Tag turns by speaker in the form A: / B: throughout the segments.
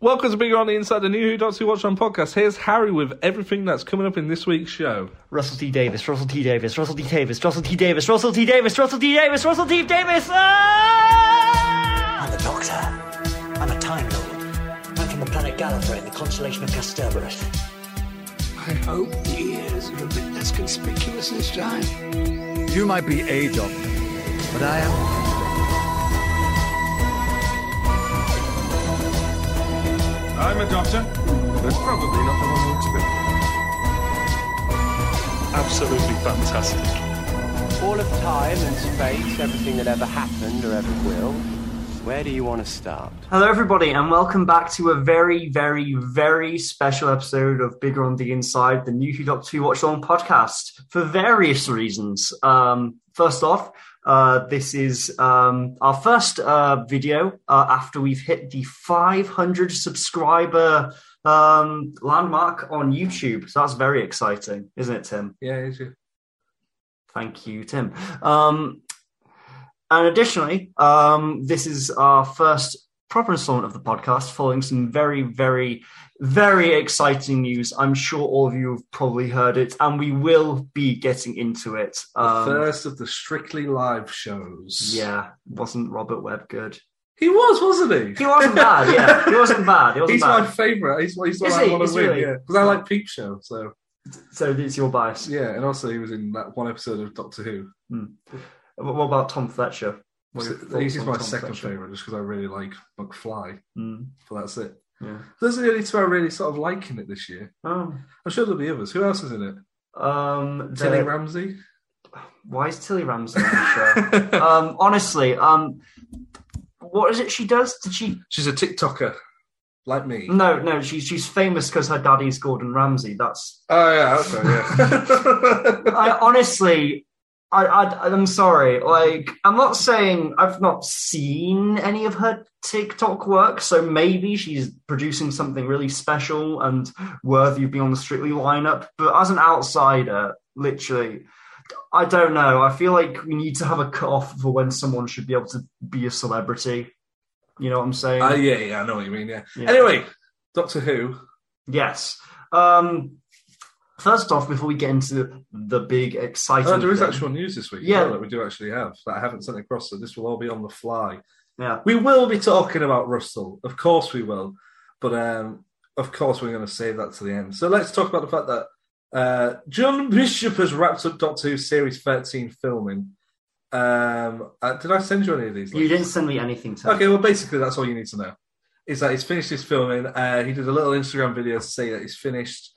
A: Welcome to Big on the Inside, the New Who Dots Who Watch On podcast. Here's Harry with everything that's coming up in this week's show.
B: Russell T. Davis, Russell T. Davis, Russell T. Davis, Russell T. Davis, Russell T. Davis, Russell T. Davis, Russell T. Davis. Ah!
C: I'm the Doctor. I'm a Time Lord. I'm from the planet Gallifrey in the constellation of Casterbarus.
D: I hope the ears are a bit less conspicuous this time.
E: You might be a doctor, but I am.
F: I'm a doctor. That's probably not the one we expected. Absolutely fantastic.
G: All of time and space, everything that ever happened or ever will. Where do you want to start?
B: Hello, everybody, and welcome back to a very, very, very special episode of Bigger on the Inside, the new Who Doctor Who Watch Along podcast for various reasons. Um, first off, uh, this is um, our first uh, video uh, after we've hit the 500 subscriber um, landmark on YouTube. So that's very exciting, isn't it, Tim?
A: Yeah, is it?
B: Thank you, Tim. Um, and additionally, um, this is our first proper installment of the podcast following some very, very, very exciting news. I'm sure all of you have probably heard it, and we will be getting into it. Um,
A: the first of the Strictly Live shows.
B: Yeah, wasn't Robert Webb good?
A: He was, wasn't he?
B: He wasn't bad, yeah. He wasn't bad. He wasn't
A: he's
B: bad.
A: my favourite. He's, he's what
B: Is
A: I
B: he?
A: want
B: Is
A: to
B: he
A: win.
B: really?
A: Yeah, because I like Peep Show. So
B: So it's your bias.
A: yeah, and also he was in that one episode of Doctor Who.
B: What what about Tom Fletcher? What are your
A: So
B: thoughts
A: He's just
B: on
A: my
B: Tom
A: second
B: Fletcher?
A: favourite, just because I really like McFly.
B: Mm.
A: But that's it.
B: Yeah.
A: Those are the only two I really sort of like in it this year.
B: Oh.
A: I'm sure there'll be others. Who else is in it?
B: Um,
A: Tilly
B: the-
A: Ramsey.
B: why is Tilly Ramsey on the show? um, honestly, um, what is it she does? Did she?
A: She's a TikToker, like me.
B: No, no, she's she's famous because her daddy's Gordon Ramsay. That's
A: Oh yeah, okay, yeah.
B: I honestly, I, I I'm sorry. Like I'm not saying I've not seen any of her TikTok work, so maybe she's producing something really special and worthy of being on the Strictly lineup. But as an outsider, literally. I don't know. I feel like we need to have a cutoff for when someone should be able to be a celebrity. You know what I'm saying?
A: Ah, yeah, yeah, I know what you mean. Yeah.
B: Yeah.
A: Anyway, Doctor Who.
B: Yes. Um, first off, before we get into the big exciting,
A: Oh, there is
B: thing-
A: actual news this week. as
B: Yeah.
A: well, that we do actually have that I haven't sent across. So this will all be on the fly.
B: yeah,
A: We will be talking about Russell, of course we will, but um, of course we're going to save that to the end. So let's talk about the fact that uh, John Bishop has wrapped up Doctor Who series thirteen filming. Um, uh, did I send you any of these?
B: you didn't send me anything. To
A: Okay, well, basically, that's all you need to know. Is that he's finished his filming. Uh, he did a little Instagram video to say that he's finished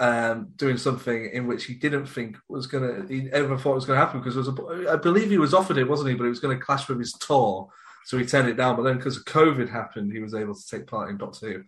A: um, doing something in which he didn't think was going to, he ever thought was going to happen because it was, a, I believe he was offered it, wasn't he? But it was going to clash with his tour. So he turned it down. But then because COVID happened, he was able to take part in Doctor Who.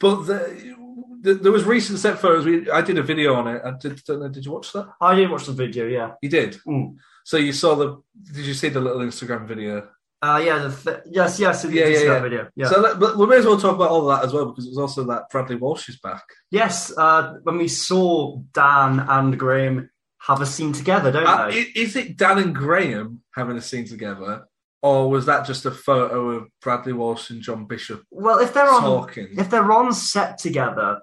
A: But the, the, there was recent set photos. We, I did a video on it. I did, don't know, did you watch that?
B: Oh, I did watch the video. Yeah,
A: You did.
B: Mm.
A: So you saw the, did you see the little Instagram video?
B: uh, yeah, the th- yes, yes,
A: Yeah,
B: yeah, yeah,
A: yeah, yeah.
B: that video. Yeah,
A: So let, but we may as well talk about all of that as well because it was also that Bradley Walsh is back.
B: yes. Uh, when we saw Dan and Graham have a scene together, don't
A: Uh,
B: they?
A: i- is it Dan and Graham having a scene together, or was that just a photo of Bradley Walsh and John Bishop
B: well, if they're on,
A: talking?
B: if they're on set together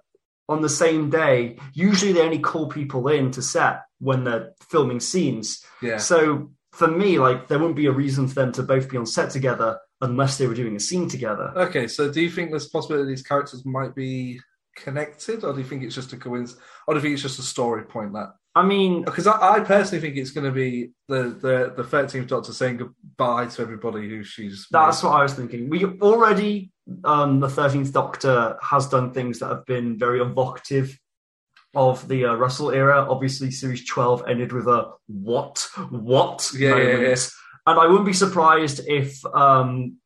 B: on the same day, usually they only call people in to set when they're filming scenes.
A: Yeah,
B: So for me, like there wouldn't be a reason for them to both be on set together unless they were doing a scene together.
A: Okay, so do you think there's a possibility these characters might be connected, or do you think it's just a coincidence, or do you think it's just a story point that?
B: I mean,
A: Because I, I personally think it's going to be the the the thirteenth Doctor saying goodbye to everybody who she's.
B: that's what I was thinking. We already um, the Thirteenth Doctor has done things that have been very evocative of the uh, Russell era. Obviously, series twelve ended with a "what what"
A: Yeah, yeah,
B: moment,
A: yeah.
B: and I wouldn't be surprised if. Um,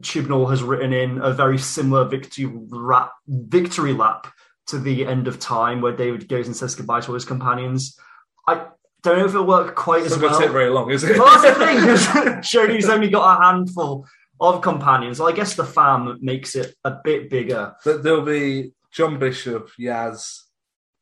B: Chibnall has written in a very similar victory lap, victory lap to the end of time, where David goes and says goodbye to all his companions. I don't know if it'll work quite
A: It's
B: as
A: not going
B: well.
A: to take very long, is it?
B: Well, that's the thing, because Jodie's only got a handful of companions. I guess the fam makes it a bit bigger.
A: But there'll be John Bishop, Yaz,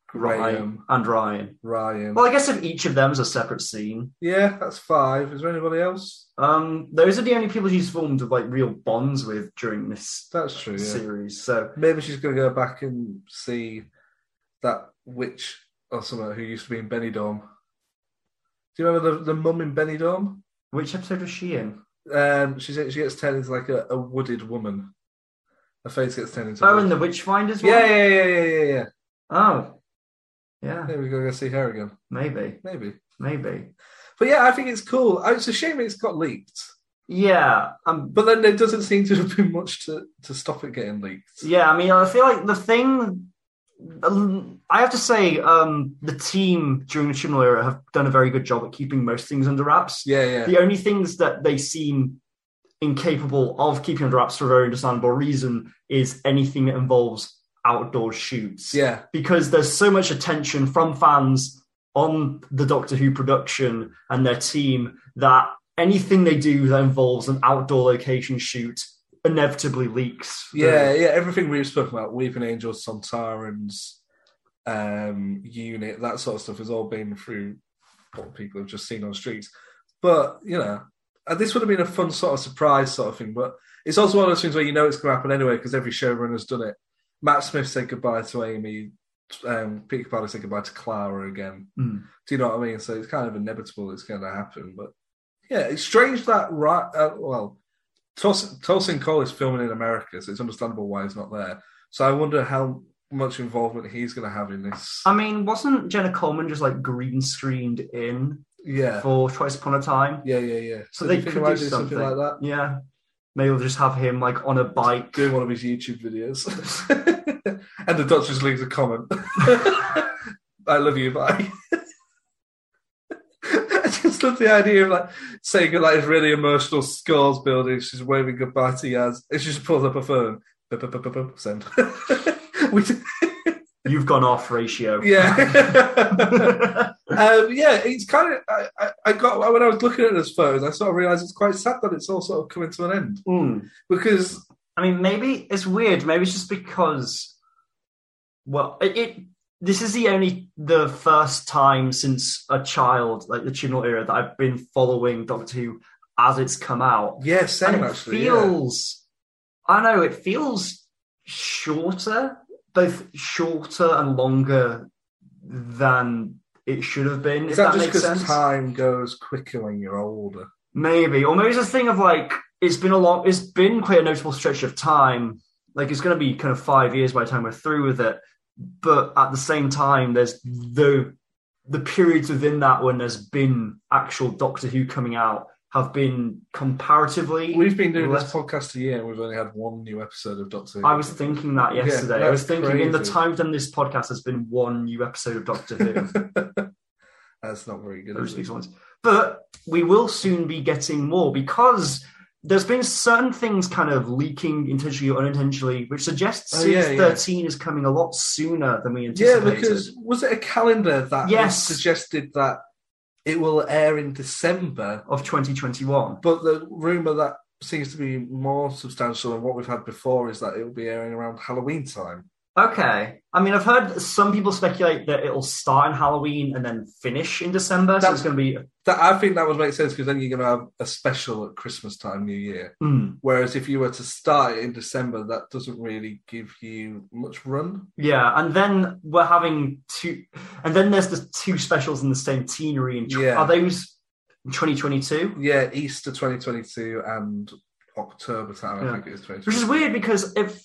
A: Graham,
B: and Ryan.
A: Ryan.
B: Well, I guess if each of them's a separate scene.
A: Yeah, that's five. Is there anybody else?
B: Um, those are the only people she's formed like real bonds with during this
A: That's true. Oh, Yeah.
B: series. So
A: Maybe she's going to go back and see that witch or someone who used to be in Benidorm. Do you remember the, the mum in Benidorm?
B: which episode was she in?
A: Um, she's, she gets turned into like a, a wooded woman. Her face gets turned into. a
B: Oh, in
A: wood.
B: the Witchfinders one?
A: yeah, yeah, yeah, yeah, yeah, yeah.
B: Oh. Yeah,
A: Maybe we're going to go see her again.
B: maybe.
A: Maybe.
B: Maybe.
A: But yeah, I think it's cool. Uh, It's a shame it's got leaked.
B: Yeah. Um
A: But then there doesn't seem to have been much to, to stop it getting leaked.
B: yeah, I mean I feel like the thing um, I have to say, um, the team during the Chibnall era have done a very good job at keeping most things under wraps.
A: Yeah, yeah.
B: The only things that they seem incapable of keeping under wraps for a very understandable reason is anything that involves outdoor shoots.
A: Yeah,
B: Because there's so much attention from fans on the Doctor Who production and their team that anything they do that involves an outdoor location shoot inevitably leaks.
A: yeah, yeah. Everything we've spoken about, Weeping Angels, Sontarans, um, Unit, that sort of stuff has all been through what people have just seen on streets. But, you know, uh, this would have been a fun sort of surprise sort of thing. But it's also one of those things where you know it's going to happen anyway because every showrunner's done it. Matt Smith said goodbye to Amy. Um, Peter Capaldi said goodbye to Clara again.
B: Hmm.
A: Do you know what I mean? So it's kind of inevitable it's going to happen. But yeah, it's strange that right. Uh, well, Tulsa Tulsa and Cole is filming in America, so it's understandable why he's not there. So I wonder how much involvement he's going to have in this.
B: I mean, wasn't Jenna Coleman just like green screened in
A: yeah,
B: for Twice Upon a Time?
A: yeah, yeah, yeah.
B: So
A: Do
B: they
A: you think
B: could
A: might
B: do something.
A: like that.
B: Yeah. Maybe we'll just have him like on a bike.
A: Doing one of his YouTube videos, and the doctor just leaves a comment. I love you, bye. I just love the idea of like saying like his really emotional scores building. She's waving goodbye to Yaz, and she just pulls up her phone. Bup, bup, bup, bup, bup, Send. we d-
B: You've gone off ratio.
A: yeah. um, yeah, it's kind of. I, I, I got when I was looking at those photos, I sort of realised it's quite sad that it's all sort of coming to an end
B: Hmm.
A: because
B: I mean, maybe it's weird. Maybe it's just because, well, it. it this is the only the first time since a child, like the Chibnall era, that I've been following Doctor Who as it's come out,
A: yeah, same
B: and it
A: actually. yeah.
B: feels. I know it feels shorter, both shorter and longer than it should have been.
A: Is
B: if
A: that,
B: that,
A: just
B: makes
A: because
B: sense.
A: time goes quicker when you're older?
B: Maybe, or maybe it's a thing of like it's been a long, it's been quite a notable stretch of time. Like it's going to be kind of five years by the time we're through with it. But at the same time, there's the the periods within that when there's been actual Doctor Who coming out have been comparatively.
A: We've been doing
B: less-
A: this podcast a year and we've only had one new episode of Doctor Who.
B: I was thinking that
A: Yeah,
B: yesterday. I
A: that's
B: was thinking in the
A: crazy.
B: time we've done this podcast, there's been one new episode of Doctor Who.
A: That's not very good.
B: those
A: Is it?
B: these ones. But we will soon be getting more because there's been certain things kind of leaking intentionally or unintentionally, which suggests
A: Oh,
B: series
A: yeah, yeah.
B: 13 is coming a lot sooner than we
A: Yeah,
B: anticipated.
A: because was it a calendar that
B: Yes.
A: suggested that it will air in December?
B: of 2021.
A: But the rumor that seems to be more substantial than what we've had before is that it will be airing around Halloween time.
B: Okay. I mean, I've heard some people speculate that it'll start in Halloween and then finish in December. so
A: That-
B: it's going to be.
A: That I think that would make sense because then you're going to have a special at Christmas time, New Year.
B: Hmm.
A: Whereas if you were to start it in December, that doesn't really give you much run.
B: Yeah, and then we're having two, and then there's the two specials in the centenary. And
A: Yeah.
B: are those 2022?
A: Yeah, Easter 2022 and October time, I think it is 2022.
B: Which is weird because if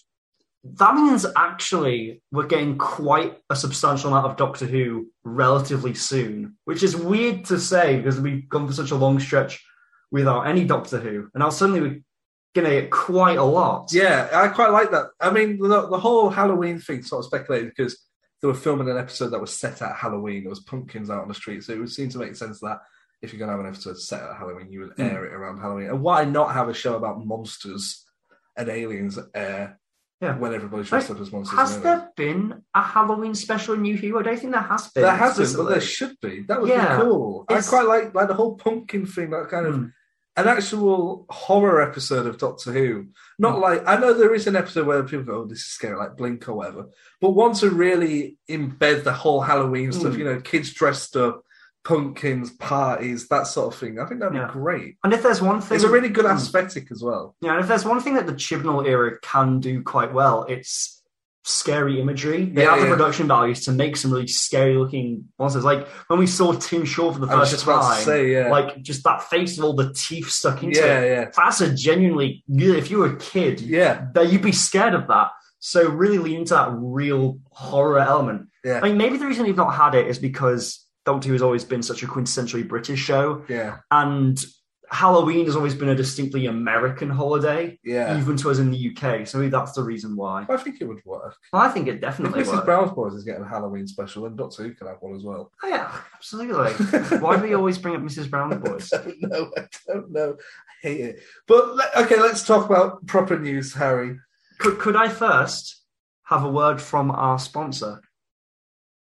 B: that means actually we're getting quite a substantial amount of Doctor Who relatively soon, which is weird to say because we've gone for such a long stretch without any Doctor Who, and now suddenly we're going to get quite a lot.
A: Yeah, I quite like that. I mean, the, the whole Halloween thing sort of speculated because they were filming an episode that was set at Halloween. There was pumpkins out on the street, so it would seem to make sense that if you're going to have an episode set at Halloween, you
B: Hmm.
A: would air it around Halloween. And why not have a show about monsters and aliens air
B: Yeah.
A: when everybody's dressed up as monsters?
B: Has
A: and aliens?
B: there been a Halloween special in New Who? I don't think there has been.
A: There hasn't, but
B: explicitly.
A: there should be. That would
B: Yeah.
A: be cool.
B: It's-
A: I quite like like the whole pumpkin thing. That kind of
B: Mm.
E: an actual horror episode of Doctor Who.
B: Oh.
E: Not like I know there is an episode where people go, "Oh, this is scary," like Blink or whatever. But one to really embed the whole Halloween
B: Hmm.
E: stuff, you know, kids dressed up, pumpkins, parties, that sort of thing. I think that'd
B: Yeah.
E: be great.
B: And if there's one thing,
E: It's a really good
B: Mm.
E: aesthetic as well.
B: Yeah, and if there's one thing that the Chibnall era can do quite well, it's scary imagery. They
E: Yeah,
B: have the
E: yeah.
B: production values to make some really scary looking monsters. Like when we saw Tim Shaw for the
E: I was
B: first
E: just
B: time,
E: about to say, yeah,
B: like just that face with all the teeth stuck into
E: yeah,
B: it.
E: yeah,
B: That's a genuinely, yeah, if you were a kid,
E: yeah,
B: that you'd be scared of that. So really lean into that real horror element.
E: Yeah.
B: I mean, maybe the reason they've not had it is because Doctor Who has always been such a quintessentially British show,
E: yeah,
B: and Halloween has always been a distinctly American holiday,
E: yeah.
B: even to us in the UK. So maybe that's the reason why.
E: I think it would work.
B: I think Hmm. it
E: If
B: definitely
E: Mrs.
B: works.
E: Brown's Boys is getting a Halloween special, then Doctor Who could have one as well.
B: Oh, yeah, absolutely. why do we always bring up Mrs. Brown's boys?
E: don't know. I don't know. I hate it. But le- okay, let's talk about proper news, Harry.
B: Could, could I first have a word from our sponsor?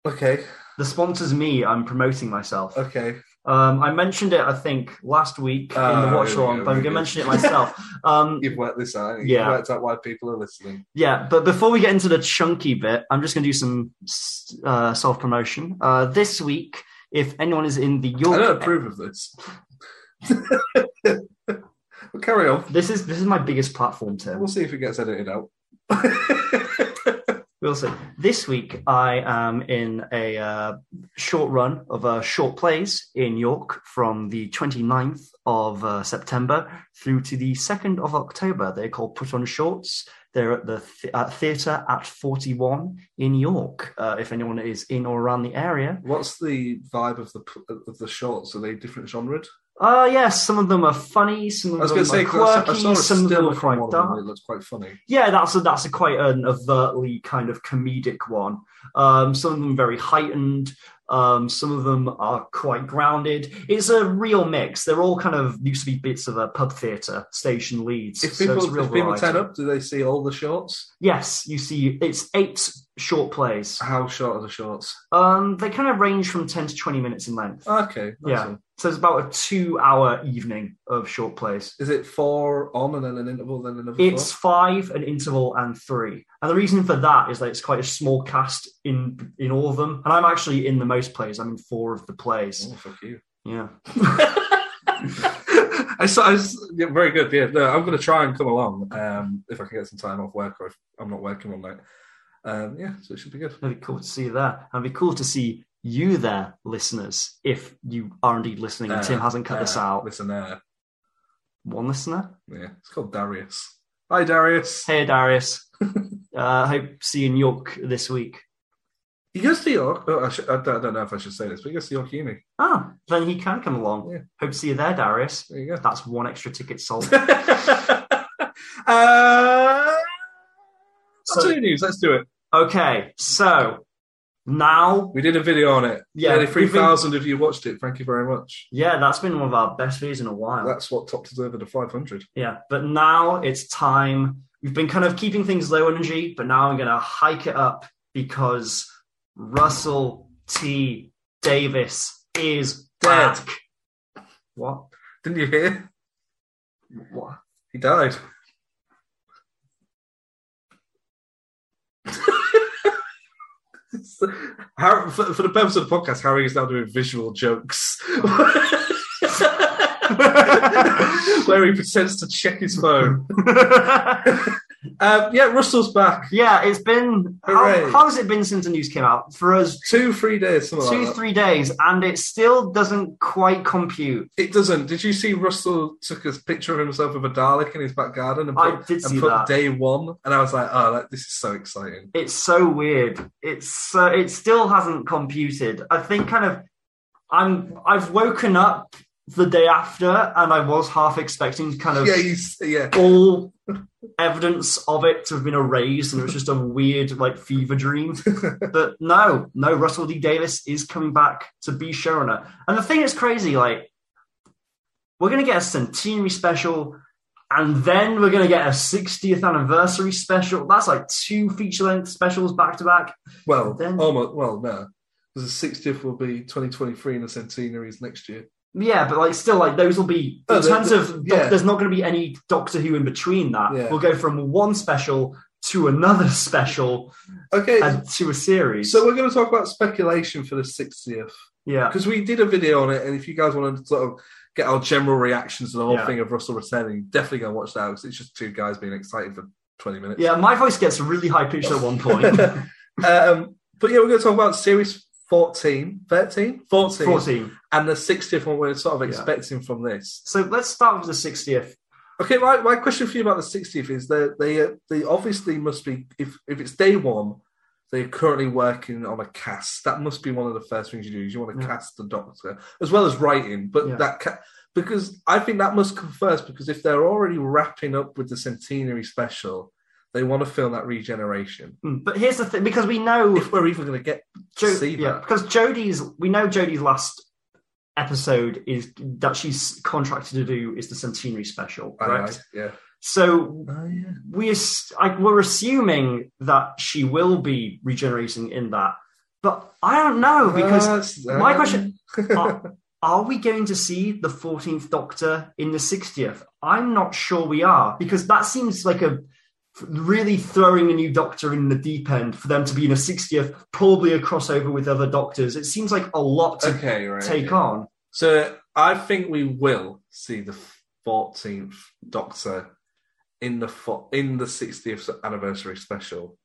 E: Okay,
B: The sponsor's me. I'm promoting myself.
E: okay.
B: Um, I mentioned it, I think, last week in
E: Oh,
B: the watch
E: here we
B: along,
E: go,
B: but I'm
E: here we
B: going to mention
E: go.
B: it myself. Um,
E: You've worked this out. You've
B: Yeah.
E: worked out why people are listening.
B: yeah, but before we get into the chunky bit, I'm just going to do some s- uh, self promotion. Uh, this week, if anyone is in the
E: I
B: York,
E: don't approve of this. but carry on.
B: this is this is my biggest platform, Tim.
E: We'll see if it gets edited out.
B: We'll see. This week, I am in a uh, short run of uh, short plays in York from the 29th of uh, September through to the 2nd of October. They're called Put On Shorts. They're at the th- uh, Theatre at 41 in York. Uh, if anyone is in or around the area,
E: What's the vibe of the pl- of the shorts? Are they different genre?
B: uh, yes, some of them are funny, some
E: I
B: of
E: was
B: them
E: going to say
B: are
E: 'cause I saw-
B: quirky,
E: I saw a
B: some of them
E: still
B: are
E: from
B: quite
E: one of them.
B: dark.
E: It looks quite funny.
B: Yeah, that's a, that's a quite an overtly kind of comedic one. Um, some of them very heightened. Um, some of them are quite grounded. It's a real mix. They're all kind of used to be bits of a pub theatre station leads.
E: If
B: so
E: people
B: it's real
E: if people
B: variety.
E: turn up, do they see all the shorts?
B: yes, you see, it's eight short plays.
E: How short are the shorts?
B: Um, they kind of range from ten to twenty minutes in length.
E: Okay, that's
B: Yeah.
E: all.
B: So it's about a two-hour evening of short plays.
E: Is it four on and then an interval, then another
B: It's
E: four?
B: five, an interval, and three. And the reason for that is that it's quite a small cast in in all of them. And I'm actually in the most plays. I'm in four of the plays.
E: Oh, fuck you.
B: Yeah.
E: I saw, I was, yeah, very good. Yeah, no, I'm going to try and come along um, if I can get some time off work or if I'm not working one night. Um, yeah, so it should be good.
B: It'd be cool to see you there. And it'd be cool to see you there, listeners, if you are indeed listening and
E: Uh,
B: Tim hasn't cut
E: uh,
B: this out.
E: Listen there.
B: One listener.
E: Yeah, it's called Darius. Hi, Darius.
B: Hey Darius. uh hope see you in York this week.
E: He goes to York. Oh, I, should, I, don't, I don't know if I should say this, but he goes to York Uni.
B: Ah, then he can come along.
E: Yeah.
B: Hope to see you there, Darius.
E: There you go.
B: That's one extra ticket sold.
E: uh,
B: So-
E: two news. Let's do it.
B: okay, so now
E: We did a video on it.
B: Yeah,
E: Nearly
B: we've been-
E: 3,000 of you watched it. Thank you very much.
B: Yeah, that's been one of our best videos in a while.
E: That's what topped us over to 500.
B: yeah, but now it's time. We've been kind of keeping things low energy, but now I'm going to hike it up because Russell T. Davis is
E: Dead.
B: back. What?
E: Didn't you hear?
B: What?
E: He died. Harry, for, for the purpose of the podcast, Harry is now doing visual jokes. Where he pretends to check his phone. Um, yeah, Russell's back.
B: yeah, it's been. How,
E: Hooray.
B: how has it been since the news came out? For us,
E: Two, three days, something like
B: two,
E: that.
B: three days, and it still doesn't quite compute.
E: It doesn't. Did you see Russell took a picture of himself with a Dalek in his back garden and put,
B: I did see
E: and put
B: that.
E: day one? And I was like, oh, that, this is so exciting.
B: it's so weird. It's so it still hasn't computed. I think kind of I'm I've woken up the day after and I was half expecting kind of
E: Yeah, he's, yeah.
B: all evidence of it to have been erased and it was just a weird like fever dream. but no, no, Russell D. Davis is coming back to be showrunner. And the thing that's crazy, like we're gonna get a centenary special and then we're gonna get a 60th anniversary special. That's like two feature length specials back to back.
E: Well, oh
B: Then-
E: almost. Well, no, because the 60th will be 2023 and the centenary is next year.
B: Yeah, but like still, like those will be
E: Oh,
B: in
E: the-
B: terms
E: the-
B: of doc-
E: yeah.
B: there's not going to be any Doctor Who in between that.
E: Yeah.
B: We'll go from one special to another special
E: Okay,
B: and to a series.
E: so we're going to talk about speculation for the 60th
B: yeah,
E: because we did a video on it, and if you guys want to sort of get our general reactions to the whole
B: Yeah.
E: thing of Russell returning, definitely go and watch that because it's just two guys being excited for 20 minutes.
B: yeah, my voice gets really high pitched at one point.
E: um, but yeah, we're going to talk about series 14, 13, 14,
B: Fourteen.
E: and the 60th one we're sort of
B: Yeah.
E: expecting from this.
B: So let's start with the sixtieth.
E: Okay, my, my question for you about the 60th is that they uh, they obviously must be if if it's day one, they're currently working on a cast. That must be one of the first things you do. Is you want to
B: Yeah.
E: cast the Doctor as well as writing, but
B: Yeah.
E: that ca- because I think that must come first because if they're already wrapping up with the centenary special, they want to film that regeneration.
B: Hmm. But here's the thing, because we know
E: If we're even going to get
B: Jo-
E: see
B: yeah,
E: that.
B: because Jodie's we know Jodie's last episode is that she's contracted to do is the centenary special,
E: I- I-
B: right?
E: yeah.
B: So
E: Oh, yeah.
B: we ass- I, we're assuming that she will be regenerating in that, but I don't know because
E: That's-
B: my question-
E: um,
B: are, are we going to see the 14th Doctor in the 60th? I'm not sure we are because that seems like a really throwing a new Doctor in the deep end for them to be in a 60th, probably a crossover with other Doctors. It seems like a lot to
E: okay, right.
B: take
E: on.
B: on.
E: So I think we will see the fourteenth Doctor in the fo- in the sixtieth anniversary special.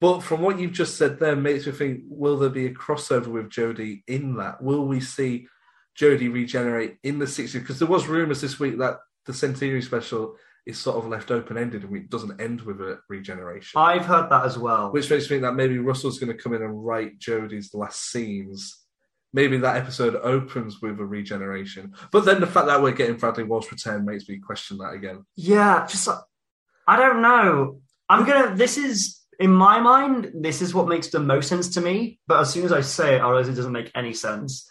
E: But from what you've just said, there makes me think: Will there be a crossover with Jodie in that? Will we see Jodie regenerate in the sixtieth? Because there was rumours this week that the centenary special is sort of left open ended and it doesn't end with a regeneration.
B: I've heard that as well.
E: Which makes me think that maybe Russell's going to come in and write Jodie's last scenes. Maybe that episode opens with a regeneration. But then the fact that we're getting Bradley Walsh return makes me question that again.
B: yeah, just uh, I don't know. I'm gonna. This is in my mind. This is what makes the most sense to me. But as soon as I say it, I realize it doesn't make any sense.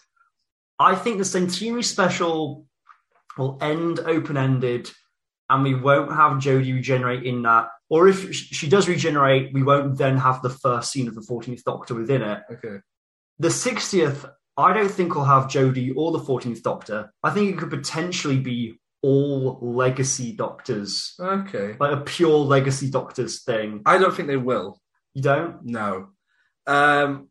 B: I think the centenary special will end open ended, and we won't have Jodie regenerate in that. Or if sh- she does regenerate, we won't then have the first scene of the 14th Doctor within it.
E: Okay.
B: The 60th, I don't think will have Jodie or the 14th Doctor. I think it could potentially be all legacy doctors,
E: Okay.
B: like a pure legacy doctors thing.
E: I don't think they will.
B: You don't?
E: No. Um,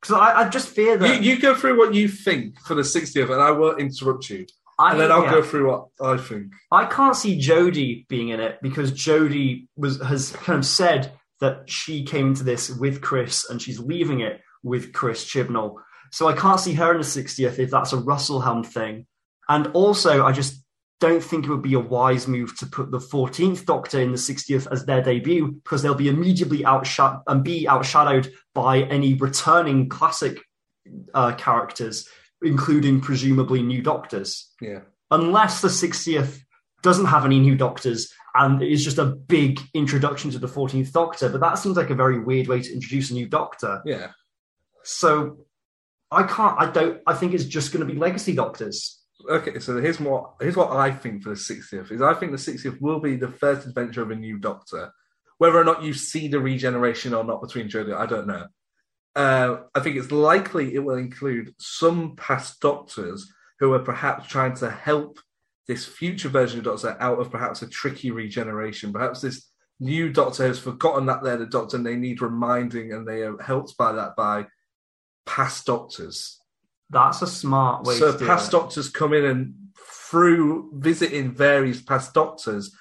B: Because I, I just fear
E: you,
B: that.
E: you go through what you think for the 60th, and I will interrupt you.
B: I,
E: And then I'll
B: yeah.
E: go through what I think.
B: I can't see Jodie being in it because Jodie was has kind of said that she came into this with Chris and she's leaving it with Chris Chibnall. So I can't see her in the 60th if that's a Russell Helm thing. And also, I just don't think it would be a wise move to put the 14th Doctor in the 60th as their debut because they'll be immediately outshot and be outshadowed by any returning classic uh, characters, including presumably new Doctors
E: Yeah.
B: unless the 60th doesn't have any new doctors and it's just a big introduction to the 14th doctor but that seems like a very weird way to introduce a new doctor
E: Yeah.
B: so i can't i don't i think it's just going to be legacy doctors
E: Okay, so here's what here's what I think for the 60th is I think the 60th will be the first adventure of a new Doctor. Whether or not you see the regeneration or not between Jodie, I don't know. Uh, I think it's likely it will include some past Doctors who are perhaps trying to help this future version of Doctor out of perhaps a tricky regeneration. Perhaps this new Doctor has forgotten that they're the Doctor and they need reminding, and they are helped by that by past Doctors
B: that's a smart way
E: so
B: to do
E: past
B: it.
E: doctors come in and through visiting various past doctors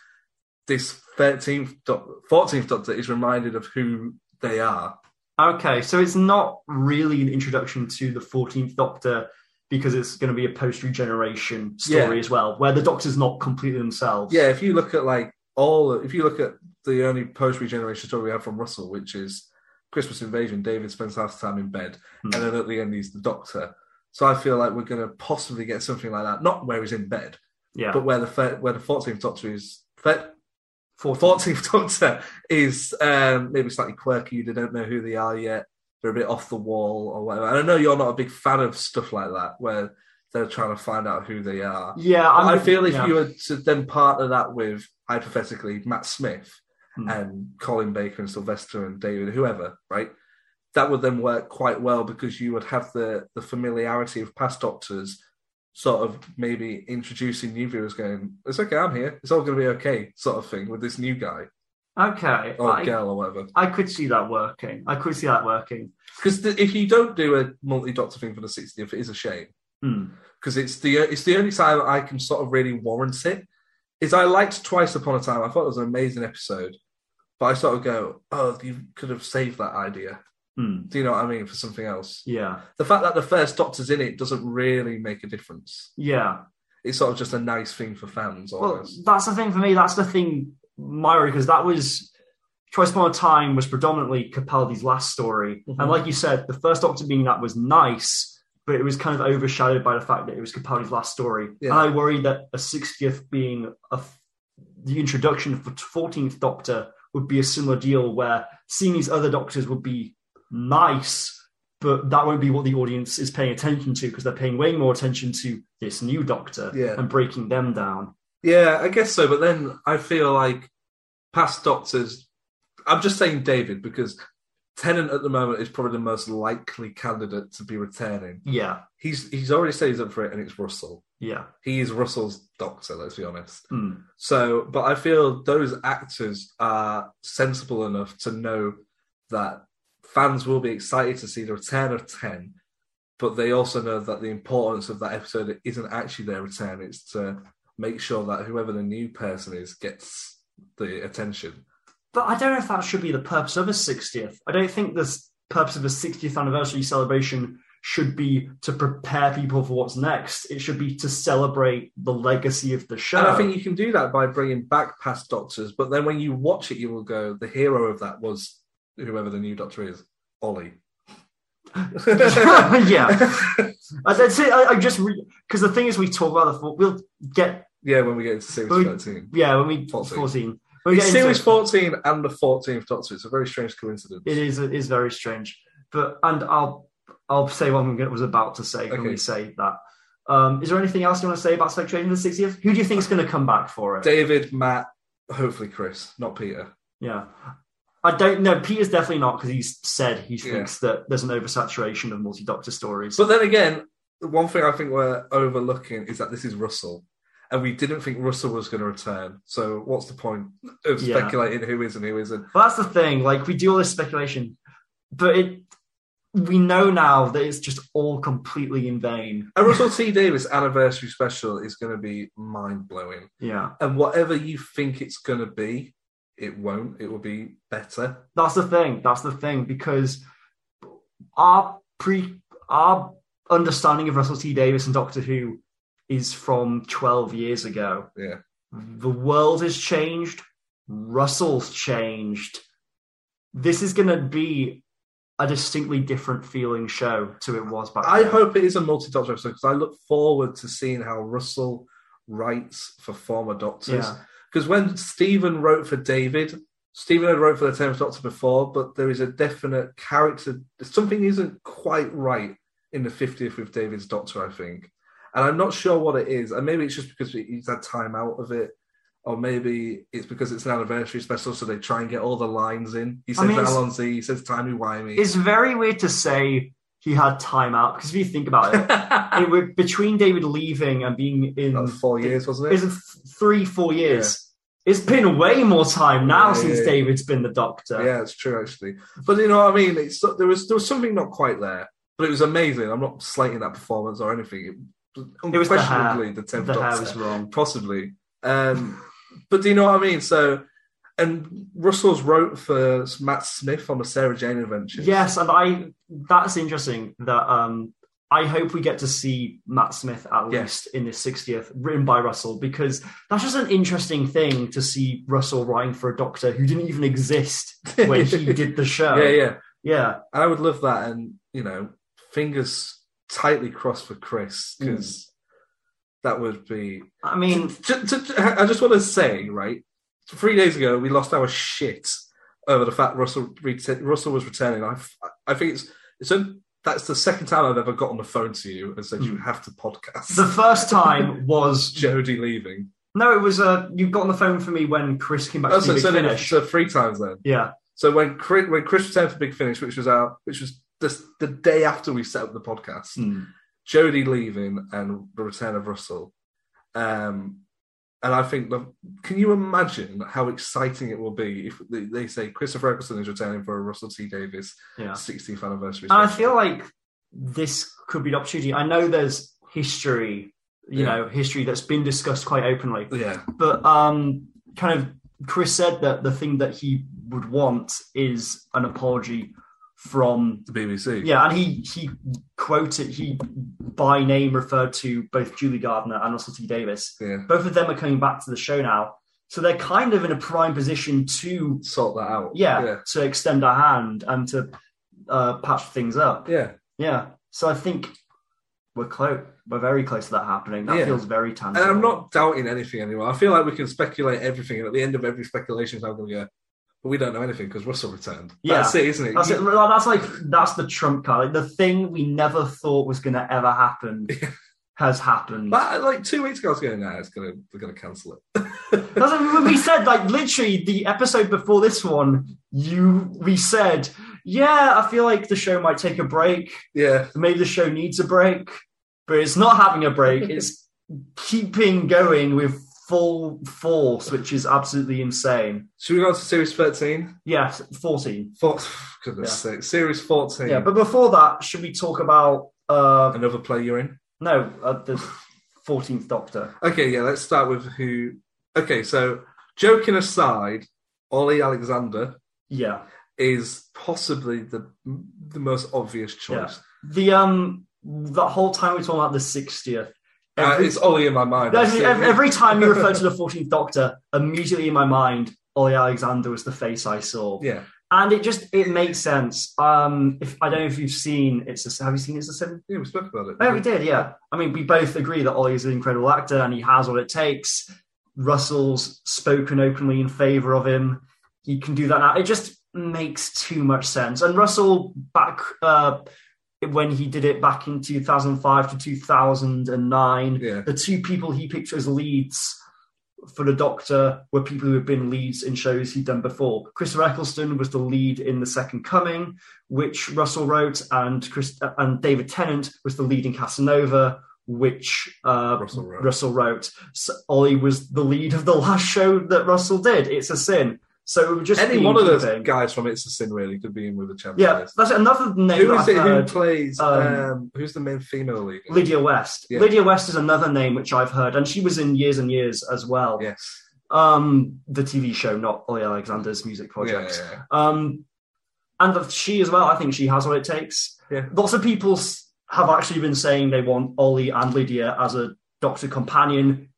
E: this 13th doc- 14th doctor is reminded of who they are
B: okay so it's not really an introduction to the 14th doctor because it's going to be a post-regeneration story
E: Yeah.
B: as well where the doctor's not completely themselves
E: yeah if you look at like all if you look at the only post regeneration story we have from russell which is christmas invasion david spends half the time in bed
B: Hmm.
E: and then at the end he's the doctor so i feel like we're going to possibly get something like that not where he's in bed
B: yeah
E: but where the fir- where the 14th doctor is fir-
B: 14th.
E: Fourteenth Doctor is um, maybe slightly quirky. They don't know who they are yet. They're a bit off the wall or whatever. And I know you're not a big fan of stuff like that, where they're trying to find out who they are.
B: yeah
E: But
B: I'm,
E: I feel if
B: yeah.
E: you were to then partner that with hypothetically Matt Smith
B: Hmm.
E: and Colin Baker and Sylvester and David, whoever, right? That would then work quite well because you would have the the familiarity of past Doctors sort of maybe introducing new viewers, going, "It's okay, I'm here. It's all going to be okay," sort of thing with this new guy
B: Okay.
E: or
B: I,
E: girl or whatever.
B: I could see that working. I could see that working.
E: Because if you don't do a multi Doctor thing for the 60th, it is a shame.
B: Hmm.
E: because it's the it's the only time I can sort of really warrant it. Is I liked Twice Upon a Time. I thought it was an amazing episode, but I sort of go, oh, you could have saved that idea.
B: Hmm.
E: Do you know what I mean for something else?
B: Yeah.
E: The fact that the first Doctor's in it doesn't really make a difference.
B: Yeah.
E: It's sort of just a nice thing for fans.
B: Well,
E: Almost.
B: that's the thing for me. That's the thing, Myra, because that was Choice Upon a Time was predominantly Capaldi's last story,
E: Mm-hmm.
B: and like you said, the first Doctor being that was nice, but it was kind of overshadowed by the fact that it was Capaldi's last story.
E: Yeah.
B: And I worry that a sixtieth being a f- the introduction for fourteenth Doctor would be a similar deal, where seeing these other Doctors would be nice. But that won't be what the audience is paying attention to because they're paying way more attention to this new Doctor
E: Yeah.
B: and breaking them down.
E: yeah, I guess so. But then I feel like past Doctors. I'm just saying David because Tennant at the moment is probably the most likely candidate to be returning.
B: Yeah,
E: He's he's already said he's up for it, and it's Russell.
B: yeah.
E: he is Russell's doctor, let's be honest.
B: Mm.
E: So, but I feel those actors are sensible enough to know that fans will be excited to see the return of 10, but they also know that the importance of that episode isn't actually their return, it's to make sure that whoever the new person is gets the attention.
B: But I don't know if that should be the purpose of a 60th. I don't think the s- purpose of a 60th anniversary celebration should be to prepare people for what's next. It should be to celebrate the legacy of the show.
E: And I think you can do that by bringing back past doctors, but then when you watch it, you will go, the hero of that was whoever the new doctor is, Ollie.
B: yeah, I, that's it. I, I just because the thing is, we talk about the four, we'll get
E: Yeah, when we get into series
B: Well,
E: 13.
B: yeah when we
E: 14.
B: 14. When we
E: It's
B: get into-
E: series 14 and the 14th Doctor. It's a very strange coincidence.
B: It is it is very strange, but and I'll I'll say what I was about to say when
E: Okay.
B: we say that. Um, is there anything else you want to say about Spectration of the 60th? Who do you think is going to come back for it?
E: David, Matt, hopefully Chris, not Peter.
B: yeah, I don't know. Peter's definitely not because he's said he
E: Yeah.
B: thinks that there's an oversaturation of multi-doctor stories.
E: But then again, the one thing I think we're overlooking is that this is Russell. And we didn't think Russell was going to return. So what's the point of
B: Yeah.
E: speculating who is and who isn't?
B: Well, that's the thing. Like we do all this speculation, but it we know now that it's just all completely in vain.
E: A Russell T Davis anniversary special is going to be mind blowing.
B: Yeah,
E: And whatever you think it's going to be, it won't. It will be better.
B: that's the thing. That's the thing because our pre our understanding of Russell T Davis and Doctor Who is from 12 years ago.
E: Yeah.
B: The world has changed. Russell's changed. This is going to be a distinctly different feeling show to it was back
E: I
B: then.
E: hope it is a multi-doctor episode because I look forward to seeing how Russell writes for former doctors.
B: Yeah.
E: Because when Stephen wrote for David, Stephen had wrote for the Tenth Doctor before, but there is a definite character. Something isn't quite right in the fiftieth with David's Doctor, I think, and I'm not sure what it is. And maybe it's just because he's had time out of it. Or maybe it's because it's an anniversary special, so they try and get all the lines in. He
B: I
E: says
B: mean, it's-
E: Valon Z, he says Timey Wimey.
B: It's very weird to say he had time out because if you think about it, it would, between David leaving and being in
E: That was four years, wasn't it?
B: is it th- three, four years? It's been way more time now
E: Yeah,
B: since
E: yeah, yeah.
B: David's been the doctor.
E: Yeah, it's true actually. But you know what I mean? It's there was there was something not quite there, but it was amazing. I'm not slating that performance or anything. It,
B: It was the hair.
E: unquestionably the tenth
B: the hair
E: Doctor,
B: was wrong.
E: possibly. Um, but do you know what I mean? So, and Russell's wrote for Matt Smith on the Sarah Jane Adventures.
B: Yes, and I that's interesting that um I hope we get to see Matt Smith at
E: Yes.
B: least in this 60th, written by Russell, because that's just an interesting thing to see Russell writing for a doctor who didn't even exist when he did the show.
E: yeah, yeah.
B: Yeah.
E: I would love that, and you know, fingers tightly crossed for Chris because
B: Mm.
E: that would be
B: I mean,
E: Ju- ju- ju- I just want to say, right? Three days ago, we lost our shit over the fact Russell reta- Russell was returning. I, f- I think it's it's a, that's the second time I've ever got on the phone to you and said you have to podcast.
B: the first time was
E: Jody leaving.
B: no, it was uh, you got on the phone for me when Chris came back
E: Oh,
B: to
E: so,
B: the
E: so,
B: big
E: then,
B: finish.
E: so three times then.
B: yeah,
E: So when Chris,
B: Hmm.
E: when Chris returned for Big Finish, which was our which was this, the day after we set up the podcast, Jodie leaving and the return of Russell. Um, and I think, the, can you imagine how exciting it will be if they, they say Christopher Eccleston is returning for a Russell T Davis
B: Yeah.
E: 16th anniversary?
B: And I
E: special?
B: feel like this could be an opportunity. I know there's history, you
E: Yeah.
B: know, history that's been discussed quite openly.
E: yeah,
B: But um, kind of, Chris said that the thing that he would want is an apology from.
E: the BBC.
B: Yeah, and he he quoted he by name referred to both Julie Gardner and Russell T Davis.
E: yeah,
B: Both of them are coming back to the show now, so they're kind of in a prime position to
E: sort that out.
B: yeah,
E: yeah,
B: to extend a hand and to uh, patch things up.
E: yeah.
B: Yeah. So I think we're close. We're very close to that happening. That
E: Yeah.
B: feels very tangible.
E: And I'm not doubting anything anymore. I feel like we can speculate everything, and at the end of every speculation, I'm going to go, but we don't know anything because Russell returned.
B: Yeah.
E: That's it, isn't it?
B: That's it. Like, That's like that's the trump card. Like the thing we never thought was going to ever happen has happened.
E: But, like two weeks ago, I was going, nah, it's going to, we're going to cancel it.
B: That's like when we said like literally the episode before this one. You we said, yeah, I feel like the show might take a break.
E: yeah.
B: Maybe the show needs a break, but it's not having a break. It's keeping going with full force, which is absolutely insane.
E: Should we go on to series 13?
B: Yes, fourteen.
E: Four, goodness sake. Series 14.
B: Yeah, but before that, should we talk about uh
E: Another play you're in?
B: no uh, the Fourteenth Doctor?
E: Okay, yeah, let's start with who. Okay, so joking aside, Ollie Alexander
B: Yeah,
E: is possibly the the most obvious choice.
B: the um that whole time we talk about the sixtieth.
E: Uh,
B: Every,
E: it's Ollie in my mind.
B: that's-
E: That's it.
B: ev- every time you refer to the Fourteenth Doctor, immediately in my mind, Ollie Alexander was the face I saw,
E: yeah.
B: and it just it makes sense. Um, if I don't know if you've seen it's a, have you seen it's a seven?
E: Yeah, we spoke about it.
B: Oh, we did, yeah. I mean, we both agree that Ollie's an incredible actor and he has what it takes. Russell's spoken openly in favor of him. He can do that now. It just makes too much sense. And Russell, back uh, when he did it back in 2005 to 2009,
E: Yeah.
B: the two people he picked as leads for the Doctor were people who had been leads in shows he'd done before. Christopher Eccleston was the lead in The Second Coming, which Russell wrote, and Chris uh, and David Tennant was the lead in Casanova, which uh,
E: Russell wrote.
B: Russell wrote. So Ollie was the lead of the last show that Russell did. It's a sin. So it would just
E: Any
B: be
E: one of those
B: keeping-
E: guys from It's a Sin really could be in with the champion.
B: Yeah, that's another name
E: Who
B: that
E: is
B: I've
E: it? Who
B: heard.
E: plays?
B: um,
E: Um, who's the main female lead?
B: Lydia West.
E: Yeah.
B: Lydia West is another name which I've heard, and she was in years and years as well.
E: Yes.
B: um the tv show not ollie alexander's music
E: Yeah,
B: project
E: yeah,
B: um and the, she as well i think she has what it takes
E: Yeah.
B: lots of people s- have actually been saying they want ollie and lydia as a doctor companion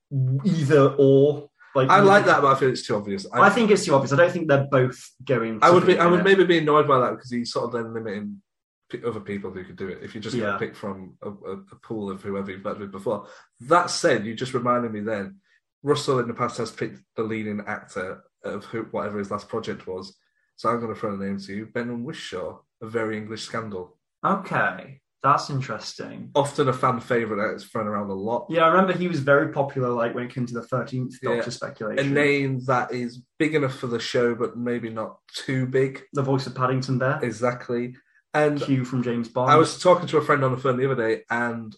B: either or like
E: yeah. I like that, but I feel it's too obvious.
B: i
E: I,
B: think it's too obvious i don't think they're both going
E: I would be,
B: to
E: I
B: do
E: would
B: it.
E: maybe be annoyed by that because he's sort of then limiting p- other people who could do it. If you're just
B: Yeah.
E: going to pick from a, a, a pool of whoever you've worked with before. That said, you just reminded me then. Russell in the past has picked the leading actor of who, whatever his last project was. So I'm going to throw the name to you, Ben Wishaw, a very English scandal.
B: okay that's interesting
E: Often a fan favorite that's thrown around a lot.
B: yeah i remember he was very popular like when it came to the 13th doctor
E: Yeah. a
B: speculation
E: name that is big enough for the show, but maybe not too big
B: the voice of paddington bear
E: exactly. And
B: q from james bond
E: I was talking to a friend on the phone the other day, and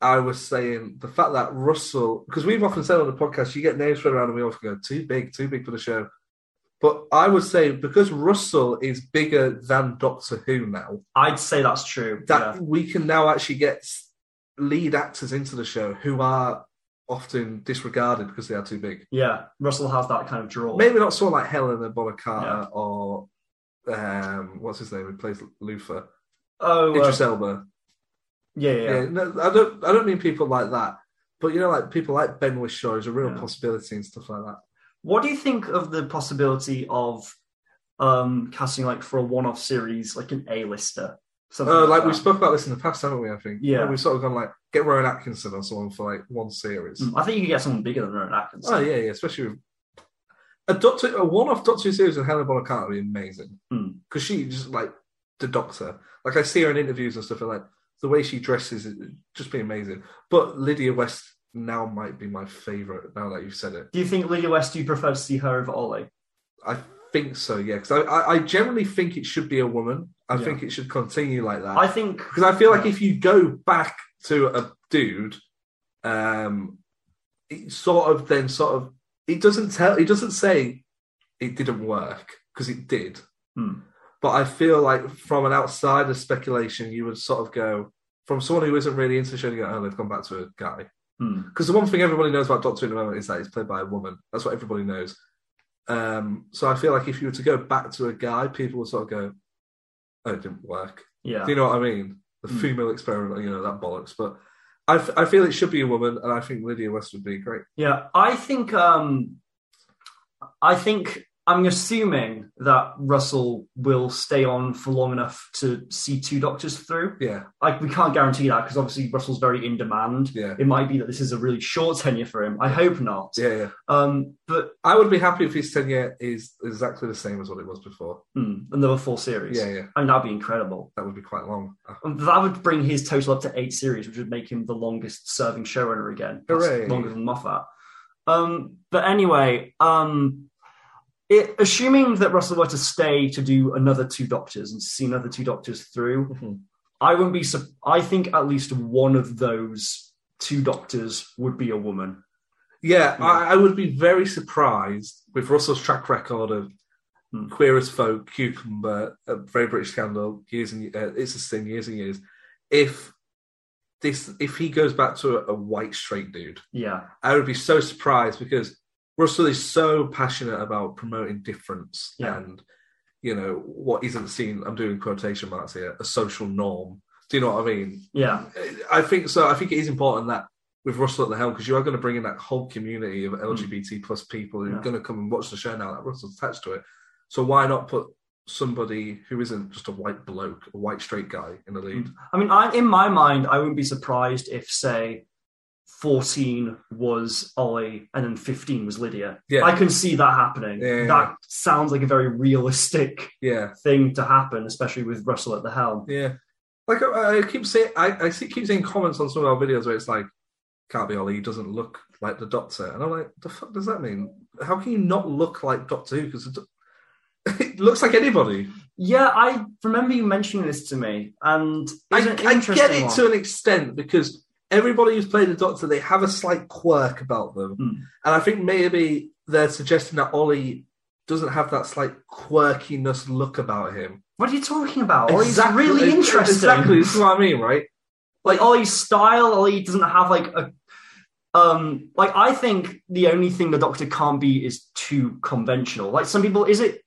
E: I was saying the fact that Russell, because we've often said on the podcast, you get names thrown around, and we often go too big, too big for the show. But I would say because Russell is bigger than Doctor Who now,
B: i'd say that's true
E: that
B: yeah.
E: we can now actually get lead actors into the show who are often disregarded because they are too big.
B: Yeah, Russell has that kind of draw.
E: maybe not someone like Helena Bonham Carter
B: Yeah.
E: or um, what's his name who plays Luther,
B: Oh, uh,
E: Idris Elba.
B: yeah, yeah,
E: Yeah.
B: yeah.
E: no, I don't. I don't mean people like that, but you know, like people like Ben Whishaw is a real
B: Yeah.
E: possibility and stuff like that.
B: What do you think of the possibility of um casting like for a one-off series, like an A-lister? Something
E: Uh, like
B: that.
E: we spoke about this in the past, haven't we? I think.
B: Yeah.
E: And we've sort of gone like get Rowan Atkinson or someone for like one series.
B: Mm, I think you could get someone bigger than Rowan Atkinson.
E: Oh yeah, yeah. Especially with a Doctor, a one-off Doctor Who series with Helena Bonham Carter would be amazing
B: Mm.
E: because she just like the Doctor. Like I see her in interviews and stuff, and like the way she dresses, it it'd just be amazing. But Lydia West now might be my favorite. Now that you've said it,
B: Do you think Lydia West? Do you prefer to see her over Ollie?
E: I think so. Yeah, because I, I, I generally think it should be a woman. I
B: Yeah.
E: think it should continue like that
B: I think
E: because I feel like if you go back to a dude, um, it sort of then sort of it doesn't tell it doesn't say it didn't work because it did.
B: Hmm.
E: But I feel like from an outsider speculation, you would sort of go from someone who isn't really into the show, you go, oh, they've gone back to a guy.
B: Hmm.
E: Because the one thing everybody knows about Doctor Who at the moment is that it's played by a woman. That's what everybody knows. Um, so I feel like if you were to go back to a guy, people would sort of go, "Oh, it didn't work."
B: Yeah.
E: Do you know what I mean? The
B: Hmm.
E: female experiment, you know that bollocks. But I, f- I feel it should be a woman, and I think Lydia West would be great.
B: Yeah, I think um I think I'm assuming that Russell will stay on for long enough to see two doctors through.
E: Yeah,
B: Like we can't guarantee that because obviously Russell's very in demand.
E: yeah,
B: It might be that this is a really short tenure for him. I hope not.
E: yeah, yeah.
B: Um, but
E: I would be happy if his tenure is exactly the same as what it was before.
B: hmm, another four series.
E: Yeah, yeah.
B: I mean that'd be incredible.
E: That would be quite long.
B: Um, That would bring his total up to eight series, which would make him the longest serving showrunner again. That's
E: Hooray.
B: longer than Moffat. Um, but anyway, um, it, assuming that Russell were to stay to do another two doctors and see another two doctors through,
E: Mhm.
B: I wouldn't be. Su- I think at least one of those two doctors would be a woman.
E: Yeah,
B: Yeah.
E: I, I would be very surprised with Russell's track record of
B: Hmm.
E: queer as folk, cucumber, a very British scandal, years and uh, it's a thing, years and years. If this, if he goes back to a, a white straight dude,
B: Yeah,
E: I would be so surprised because Russell is so passionate about promoting difference
B: Yeah.
E: and you know what isn't seen. I'm doing quotation marks here, a social norm. Do you know what I mean?
B: yeah,
E: I think so. I think it is important that with Russell at the helm, because you are going to bring in that whole community of LGBT plus people who
B: Yeah.
E: are going to come and watch the show now that Russell's attached to it. So why not put somebody who isn't just a white bloke, a white straight guy in the lead?
B: I mean, I, in my mind, I wouldn't be surprised if, say, 14 was Ollie and then 15 was Lydia.
E: Yeah.
B: I can see that happening.
E: Yeah.
B: That sounds like a very realistic
E: Yeah,
B: thing to happen, especially with Russell at the helm.
E: yeah. Like I, I keep saying, I, I see, keep seeing comments on some of our videos where it's like, "Can't be Ollie. He doesn't look like the Doctor," and I'm like, "The fuck does that mean? How can you not look like Doctor Who? Because it, it looks like anybody."
B: Yeah, I remember you mentioning this to me, and it
E: I,
B: was an
E: I
B: interesting
E: get it
B: one.
E: to an extent because everybody who's played the Doctor, they have a slight quirk about them.
B: Hmm.
E: And I think maybe they're suggesting that Ollie doesn't have that slight quirkiness look about him.
B: What are you talking about? Ollie's
E: Exactly-
B: Oh, really interesting.
E: Exactly, this is what I mean, right?
B: like Ollie's style, Ollie doesn't have like a um like I think the only thing the Doctor can't be is too conventional. Like some people is it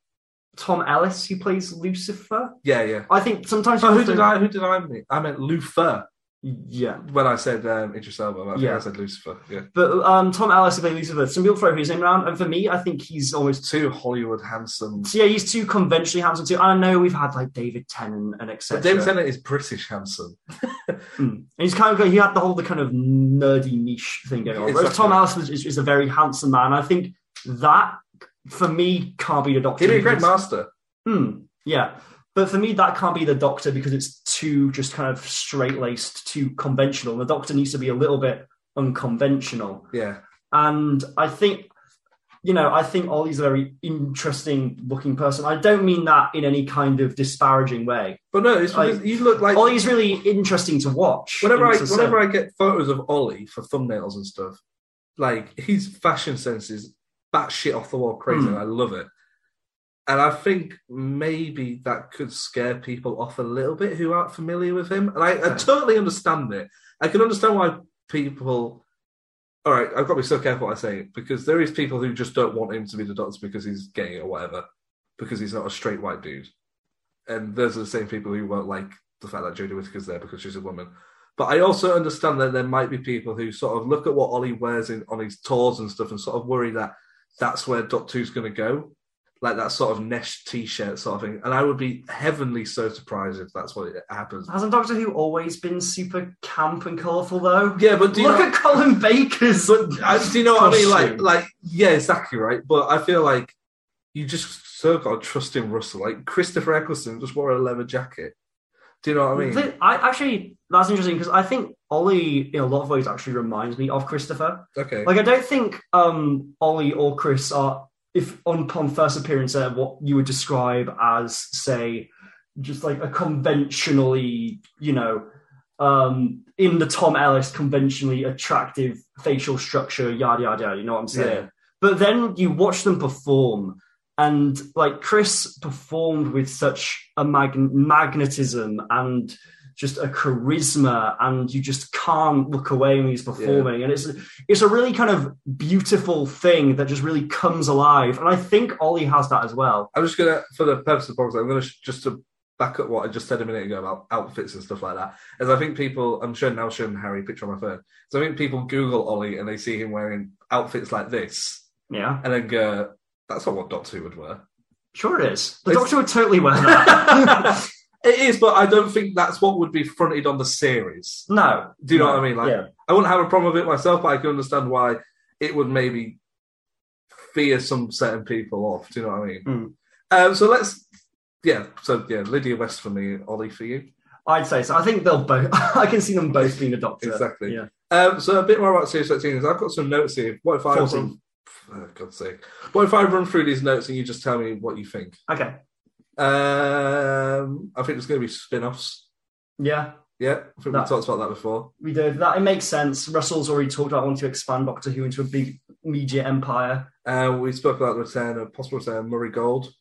B: Tom Ellis who plays Lucifer?
E: Yeah, yeah.
B: I think sometimes
E: So Oh, who
B: people
E: did
B: think-
E: I who did I mean? I meant Lucifer
B: Yeah.
E: when I said um, Idris Elba. I think
B: Yeah.
E: I said Lucifer. Yeah,
B: But um Tom Ellis who plays Lucifer, some people throw his name around, and for me I think he's almost
E: two Hollywood handsome.
B: yeah, he's too conventionally handsome too. I know we've had like David Tennant and
E: But
B: etc.
E: David Tennant is British handsome.
B: Mm. And he's kind of he had the whole the kind of nerdy niche thing going on. Whereas
E: Exactly.
B: Tom Allison is, is, a very handsome man. I think that for me can't be the doctor.
E: He'd be a great
B: because-
E: master.
B: Mm, yeah, but for me that can't be the doctor because it's too just kind of straight laced, too conventional. And the doctor needs to be a little bit unconventional.
E: Yeah,
B: And I think. You know, I think Ollie's a very interesting looking person. I don't mean that in any kind of disparaging way.
E: but no, it's because
B: Like-
E: you look like
B: Ollie's really interesting to watch.
E: whenever
B: in
E: I
B: its own
E: whenever I get photos of Ollie for thumbnails and stuff, like his fashion sense is batshit off the wall crazy,
B: Hmm.
E: and I love it. And I think maybe that could scare people off a little bit who aren't familiar with him. And I, I
B: Okay.
E: totally understand it. I can understand why people. All right, I've got to be so careful what I say because there is people who just don't want him to be the doctor because he's gay or whatever, because he's not a straight white dude. And those are the same people who won't like the fact that Jodie Whittaker's there because she's a woman. But I also understand that there might be people who sort of look at what Ollie wears in on his tours and stuff and sort of worry that that's where Dot Two's going to go, like that sort of Nesh T-shirt sort of thing. And I would be heavenly so surprised if that's what it happens.
B: Hasn't Doctor Who always been super camp and colourful though?
E: Yeah, but do you
B: Look
E: know,
B: at Colin Baker's.
E: I- do you know what I mean? Like,
B: costume.
E: like yeah, exactly right. But I feel like you just so got to trust in Russell. Like Christopher Eccleston just wore a leather jacket. Do you know what I mean?
B: Th- I actually that's interesting because I think Ollie in a lot of ways actually reminds me of Christopher.
E: Okay.
B: Like I don't think um Ollie or Chris are if on upon first appearance are what you would describe as say just like a conventionally you know um, in the Tom Ellis conventionally attractive facial structure, yada yada yada. You know what I'm saying?
E: Yeah.
B: But then you watch them perform, and like Chris performed with such a mag- magnetism and just a charisma, and you just can't look away when he's performing. And it's it's a really kind of beautiful thing that just really comes alive. And I think Ollie has that as well.
E: I'm just gonna, for the purpose of the podcast, I'm gonna sh- just to back up what I just said a minute ago about outfits and stuff like that. As I think people, I'm showing now showing Harry a picture on my phone. So I think people Google Ollie and they see him wearing outfits like this,
B: Yeah,
E: and then go, "That's not what Doctor Who would wear."
B: sure it is. The
E: It's-
B: Doctor would totally wear that.
E: It is, but I don't think that's what would be fronted on the series.
B: no,
E: Do you know
B: No.
E: what I mean? Like,
B: Yeah.
E: I wouldn't have a problem with it myself, but I can understand why it would maybe fear some certain people off. Do you know what I mean?
B: Mm.
E: Um, so let's, yeah, so yeah, Lydia West for me, Ollie for you.
B: I'd say so. I think they'll both. I can see them both being a doctor.
E: Exactly.
B: Yeah.
E: Um, so a bit more about series 13 is I've got some notes here. What if I run,
B: 14.
E: for God's sake, what if I run through these notes and you just tell me what you think?
B: Okay.
E: Um, I think there's going to be spin offs.
B: Yeah,
E: Yeah, I think we
B: That-
E: talked about that before.
B: we did that. It makes sense. Russell's already talked about wanting to expand Doctor Who into a big media empire.
E: Uh, we spoke about the return of possible return of Murray Gold.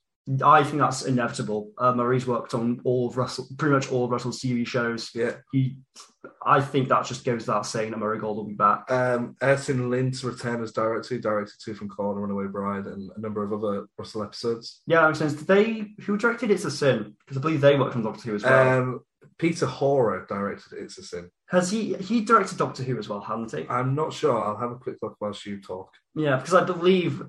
B: I think that's inevitable. Uh, Murray's worked on all of Russell, pretty much all of Russell's TV shows.
E: Yeah.
B: He, I think that just goes without saying that Murray Gold will be back.
E: Um, Ersin Lynn's return as director, who directed Two from Corner, Runaway Bride, and a number of other Russell episodes.
B: Yeah, that makes sense. Did they who directed It's a Sin? Because I believe they worked on Doctor Who as well.
E: Um, Peter Horer directed It's a Sin.
B: Has he? He directed Doctor Who as well, hasn't he?
E: I'm not sure. I'll have a quick look whilst you talk.
B: Yeah, because I believe,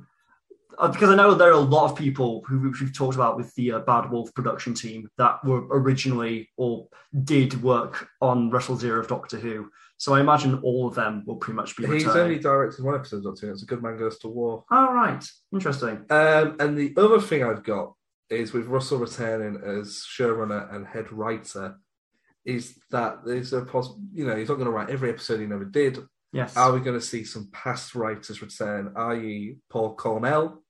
B: uh, because I know there are a lot of people who which we've talked about with the uh, Bad Wolf production team that were originally or did work on Russell's era of Doctor Who. So I imagine all of them will pretty much be
E: He's
B: returning.
E: only directed one episode or two. It's a good man goes to war.
B: All right, interesting.
E: Um, and the other thing I've got is with Russell returning as showrunner and head writer, is that there's a pos- you know he's not going to write every episode he never did,
B: Yes.
E: Are we going to see some past writers return, i.e., Paul Cornell,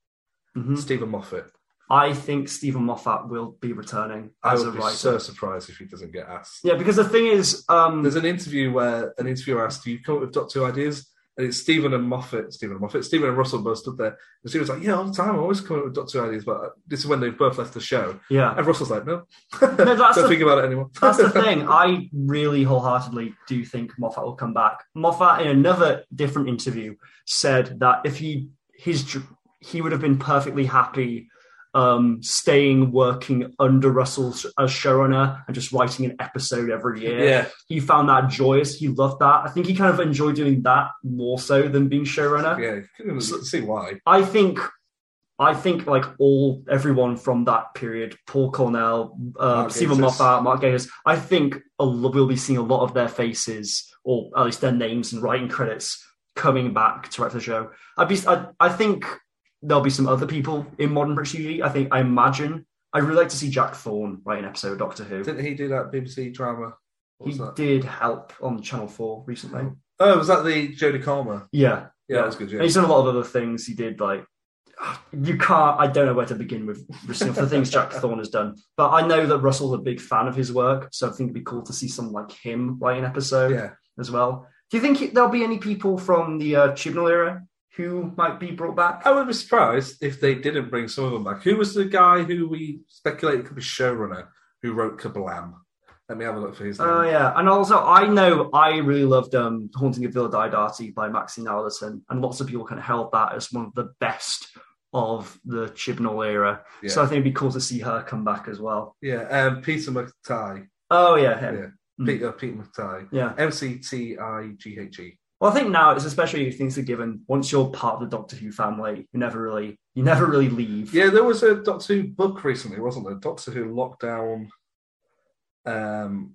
B: Mhm.
E: Stephen Moffat?
B: I think Stephen Moffat will be returning
E: I
B: as a
E: would be
B: writer.
E: so surprised if he doesn't get asked.
B: Yeah, because the thing is, um,
E: There's an interview where an interviewer asked, "Do you come up with Doctor Who ideas?" And it's Stephen and Moffat, Stephen and Moffat, Stephen and Russell both stood there. And Stephen's like, "Yeah, all the time. I always come up with Doctor Who ideas, but this is when they've both left the show."
B: yeah.
E: And Russell's like, "No,
B: that's
E: don't
B: the-
E: think about it anymore."
B: That's the thing. I really wholeheartedly do think Moffat will come back. Moffat, in another different interview, said that if he his dr- he would have been perfectly happy um, staying working under Russell s- as showrunner and just writing an episode every year.
E: Yeah.
B: He found that joyous. He loved that. I think he kind of enjoyed doing that more so than being showrunner.
E: yeah, you can see why.
B: I think I think like all everyone from that period, Paul Cornell, uh,
E: Mark
B: Stephen
E: Gatiss.
B: Moffat, Mark Gatiss, I think a lo- we'll be seeing a lot of their faces or at least their names and writing credits coming back to write for the show. I'd be, I, I think there'll be some other people in modern British TV. I think I imagine I'd really like to see Jack Thorne write an episode of Doctor Who.
E: Didn't he do that BBC drama? What
B: he
E: was that?
B: did help on Channel Four recently.
E: Oh, was that the Jodie Comer?
B: Yeah,
E: Yeah, that was good.
B: And
E: Yeah.
B: he's done a lot of other things. He did like you can't. I don't know where to begin with with some of the things Jack Thorne has done, but I know that Russell's a big fan of his work, so I think it'd be cool to see someone like him write an episode
E: yeah.
B: as well. Do you think he- there'll be any people from the uh, Chibnall era who might be brought back?
E: I would be surprised if they didn't bring some of them back. Who was the guy who we speculated could be showrunner who wrote Kablam? Let me have a look for his name.
B: Oh yeah, and also I know I really loved um, *Haunting of Villa Diodati* by Maxine Alderson, and lots of people kind of held that as one of the best of the Chibnall era.
E: Yeah.
B: So I think it'd be cool to see her come back as well.
E: Yeah, um, Peter McTy.
B: Oh yeah, him.
E: Yeah.
B: Mm.
E: Peter Peter McTy.
B: Yeah.
E: M C T I G H E.
B: Well, I think now it's especially things are given. Once you're part of the Doctor Who family, you never really, you never really leave.
E: Yeah, there was a Doctor Who book recently, wasn't there? Doctor Who lockdown, um,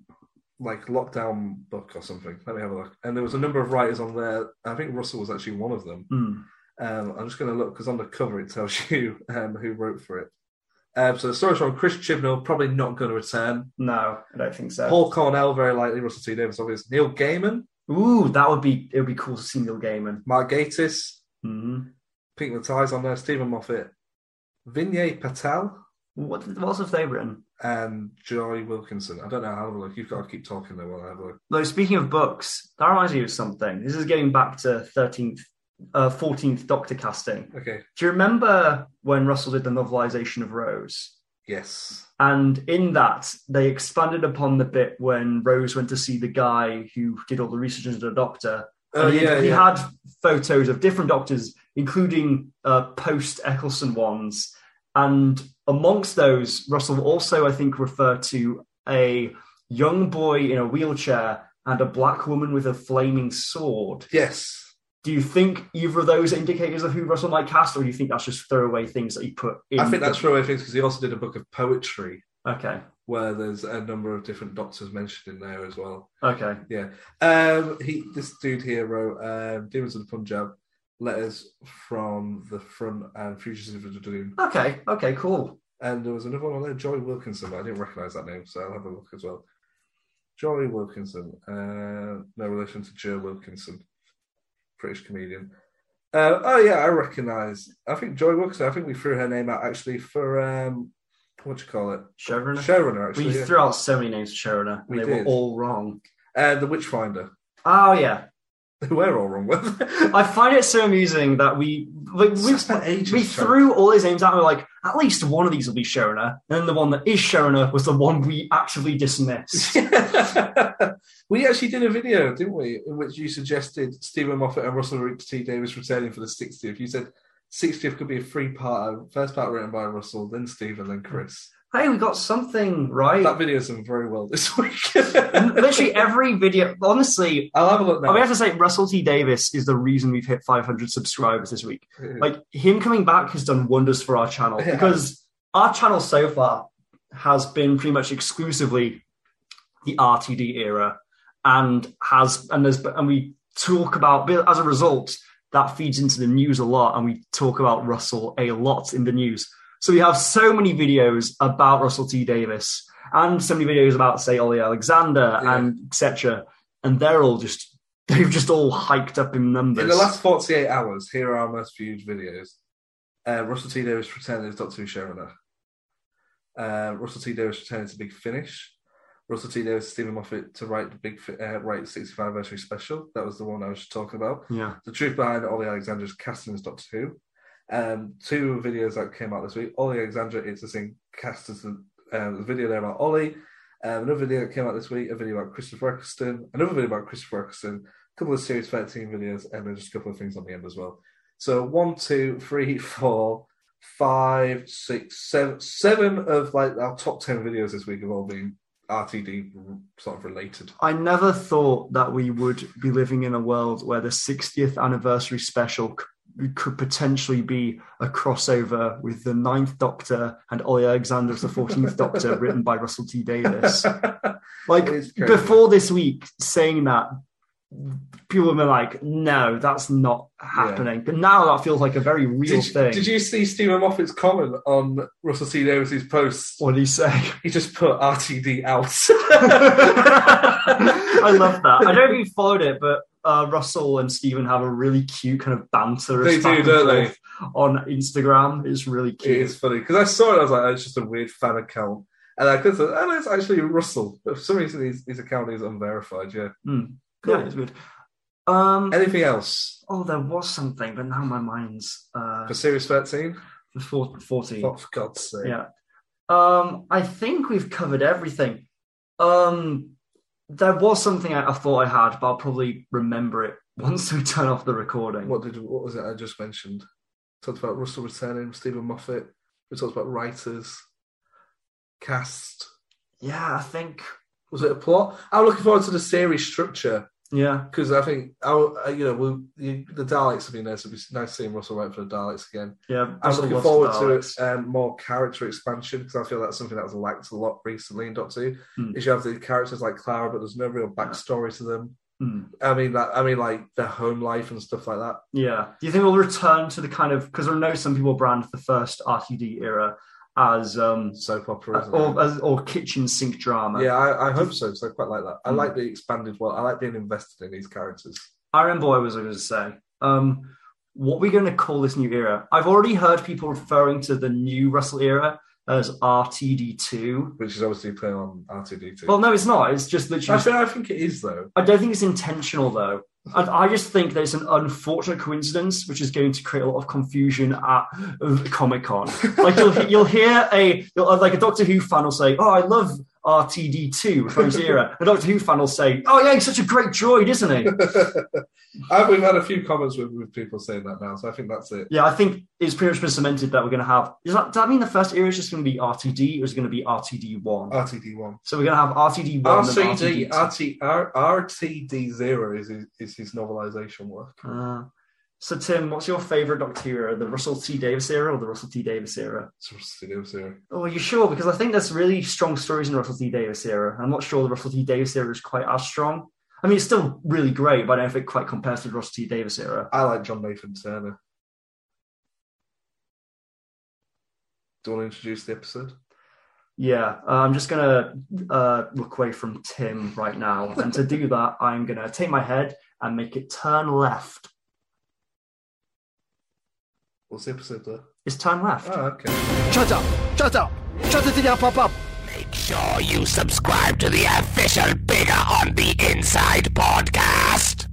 E: like lockdown book or something. Let me have a look. And there was a number of writers on there. I think Russell was actually one of them.
B: Hmm.
E: Um, I'm just going to look because on the cover it tells you um, who wrote for it. Um, so the story's from Chris Chibnall, probably not going to return.
B: No, I don't think so.
E: Paul Cornell, very likely. Russell T Davis, obvious. Neil Gaiman,
B: Ooh, that would be. It would be cool to see Neil Gaiman.
E: Mark Gatiss,
B: Mm.
E: Pete Matthys on there, Stephen Moffat, Vinay Patel,
B: What what have they written?
E: and Joy Wilkinson. I don't know how to look. You've got to keep talking though while I have a look.
B: Though speaking of books, that reminds me of something. This is getting back to thirteenth, uh, fourteenth Doctor casting.
E: Okay.
B: Do you remember when Russell did the novelization of Rose?
E: Yes.
B: And in that, they expanded upon the bit when Rose went to see the guy who did all the research into the doctor.
E: Oh
B: And he,
E: yeah.
B: he
E: yeah.
B: had photos of different doctors, including uh, post Eccleston ones. And amongst those, Russell also, I think, referred to a young boy in a wheelchair and a black woman with a flaming sword.
E: Yes.
B: Do you think either of those are indicators of who Russell might cast, or do you think that's just throwaway things that he put in?
E: I think that's
B: the-
E: from away things because he also did a book of poetry
B: Okay.
E: where there's a number of different doctors mentioned in there as well.
B: Okay.
E: Um, he this dude here wrote um, Demons of the Punjab, Letters from the Front, and Fugitive of E. the Doom.
B: Okay. Okay. Cool.
E: And there was another one on there, Joy Wilkinson. but I didn't recognise that name, so I'll have a look as well. Joy Wilkinson, uh, no relation to Joe Wilkinson, British comedian. Uh, oh yeah, I recognise. I think Joy Wilkinson. I think we threw her name out actually for um, what do you call it?
B: Showrunner.
E: Showrunner.
B: we
E: Actually, yeah.
B: threw out so many names to Showrunner, and
E: We
B: they
E: did.
B: were all wrong.
E: uh, the Witchfinder.
B: Oh yeah,
E: They were all wrong with.
B: I find it so amusing that we like we,
E: We spent ages.
B: we
E: trying-
B: threw all these names out. and We're like, at least one of these will be Showrunner, and then the one that is Showrunner was the one we actually dismissed.
E: we actually did a video, didn't we, in which you suggested Stephen Moffat and Russell Rick T. Davis returning for the 60th. You said 60th could be a three part first part written by Russell, then Stephen, then Chris.
B: hey, we got something right.
E: That video's done very well this week.
B: Literally every video. Honestly,
E: I'll have a look
B: I have
E: now.
B: to say Russell T Davis is the reason we've hit 500 subscribers this week. like him coming back has done wonders for our channel
E: Yeah.
B: because our channel so far has been pretty much exclusively the RTD era and has and there's and we talk about as a result that feeds into the news a lot and we talk about Russell a lot in the news. So we have so many videos about Russell T Davis and so many videos about say Ollie Alexander
E: Yeah.
B: and etc. And they're all just they've just all hiked up in numbers.
E: in the last 48 hours, here are our most viewed videos. Uh, Russell T. Davis pretending as Doctor Who showrunner. Uh, Russell T. Davis returning to Big Finish. Russell T. Davis, Stephen Moffat to write the Big Fi- uh, write 65 anniversary special. That was the one I was talking about.
B: yeah.
E: The truth behind Ollie Alexander's casting as Doctor Who. Um, two videos that came out this week. Ollie Alexander, it's the same cast as the, um, the video there about Ollie. Um, another video that came out this week, a video about Christopher Eccleston, another video about Christopher Eccleston, a couple of Series 13 videos, and then just a couple of things on the end as well. So one, two, three, four, five, six, seven, seven of like our top ten videos this week have all been RTD sort of related.
B: I never thought that we would be living in a world where the 60th anniversary special c- could potentially be a crossover with the Ninth Doctor and Ollie Alexander's The 14th Doctor, written by Russell T Davis. Like,
E: It's crazy.
B: before this week, saying that, people were like, no, that's not happening. But now that feels like a very real
E: Did,
B: thing.
E: did you see Stephen Moffat's comment on Russell T Davis's post?
B: what do you say?
E: He just put RTD out.
B: I love that. I don't know if you followed it, but uh, Russell and Stephen have a really cute kind of banter. of
E: They do,
B: back and
E: don't they?
B: forth On Instagram, it's really
E: it
B: cute.
E: is funny because I saw it. I was like, oh, it's just a weird fan account, and I could say, oh, it's actually Russell. But for some reason, his, his account is unverified. Yeah.
B: Mm.
E: Cool.
B: Yeah, it's good. Um,
E: Anything else
B: oh, there was something, but now my mind's uh,
E: for Series Thirteen?
B: the four- fourteen.
E: Oh, for God's sake!
B: Yeah. Um, I think we've covered everything. Um, there was something I, I thought I had, but I'll probably remember it once we turn off the recording.
E: What did what was it I just mentioned? Talked about Russell returning, Stephen Moffat. We talked about writers, cast.
B: Yeah, I think.
E: Was it a plot? I'm looking forward to the series structure.
B: Yeah.
E: because I think I'll, I- you know we'll, you, the Daleks have been nice. It'd be nice seeing Russell write for the Daleks again.
B: Yeah,
E: I'm
B: Russell
E: looking
B: loves the
E: forward to
B: Daleks.
E: it, um, more character expansion because I feel that's something that's lacked a lot recently in Doctor Who.
B: Hmm.
E: Is you have the characters like Clara, but there's no real backstory to them.
B: Hmm.
E: I mean, that, I mean, like their home life and stuff like that.
B: Yeah. Do you think we'll return to the kind of because I know some people brand the first RTD era as um
E: Soap opera, isn't
B: or as, or kitchen sink drama?
E: it? Yeah, I, I hope so because I quite like that. I
B: Hmm.
E: like the expanded world. I like being invested in these characters.
B: I remember what I was going to say. Um, what we're going to call this new era? I've already heard people referring to the new Russell era as RTD2.
E: which is obviously playing on R2D2.
B: Well, no, it's not. It's just
E: I,
B: literally.
E: think, I think it is though.
B: I don't think it's intentional though. And I just think that it's an unfortunate coincidence, which is going to create a lot of confusion at Comic Con. Like you'll you'll hear a you'll, uh, like a Doctor Who fan will say, "Oh, I love RTD two from Zero." A Doctor Who fan will say, "Oh yeah, he's such a great droid, isn't he?"
E: I, we've had a few comments with, with people saying that now, so I think that's it.
B: Yeah, I think it's pretty much been cemented that we're going to have. Is that, does that mean the first era is just going to be RTD, or is it going to be RTD one?
E: RTD1.
B: so we're going to have RTD one.
E: RTD, RT, R, RTD0 is his, is his novelization work.
B: Uh, so, Tim, what's your favourite Doctor Who era? The Russell T Davis era or the Russell T Davis era?
E: It's from Studio Zero.
B: Oh, are you sure? Because I think there's really strong stories in the Russell T Davis era. I'm not sure the Russell T Davis era is quite as strong. I mean, it's still really great, but I don't think it quite compares to the Russell T Davis era.
E: I like John Nathan Turner. Do you want to introduce the episode?
B: Yeah, uh, I'm just gonna uh, look away from Tim right now, and to do that, I'm gonna take my head and make it turn left.
E: What's the episode there?
B: It's turn left.
E: Oh, okay.
H: Shut up! Shut up! Shut the thing up, up, up!
I: Make sure you subscribe to the official Bigger on the Inside podcast.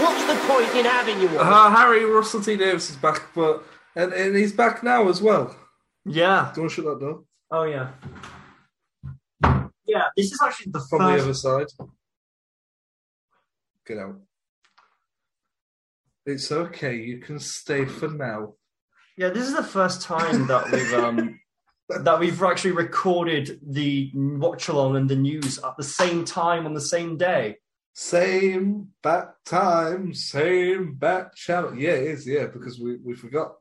G: What's the point in having you all?
E: Uh, Harry Russell T Davis is back, but and, and he's back now as well.
B: Yeah.
E: Do you want to shut that door?
B: Oh yeah. Yeah, this is actually the
E: From the
B: first.
E: other side. Get out. It's okay. You can stay for now.
B: Yeah, this is the first time that we've um that we've actually recorded the watch along and the news at the same time on the same day.
E: Same bat time, same bat channel. Yeah, it is. Yeah, because we, we forgot.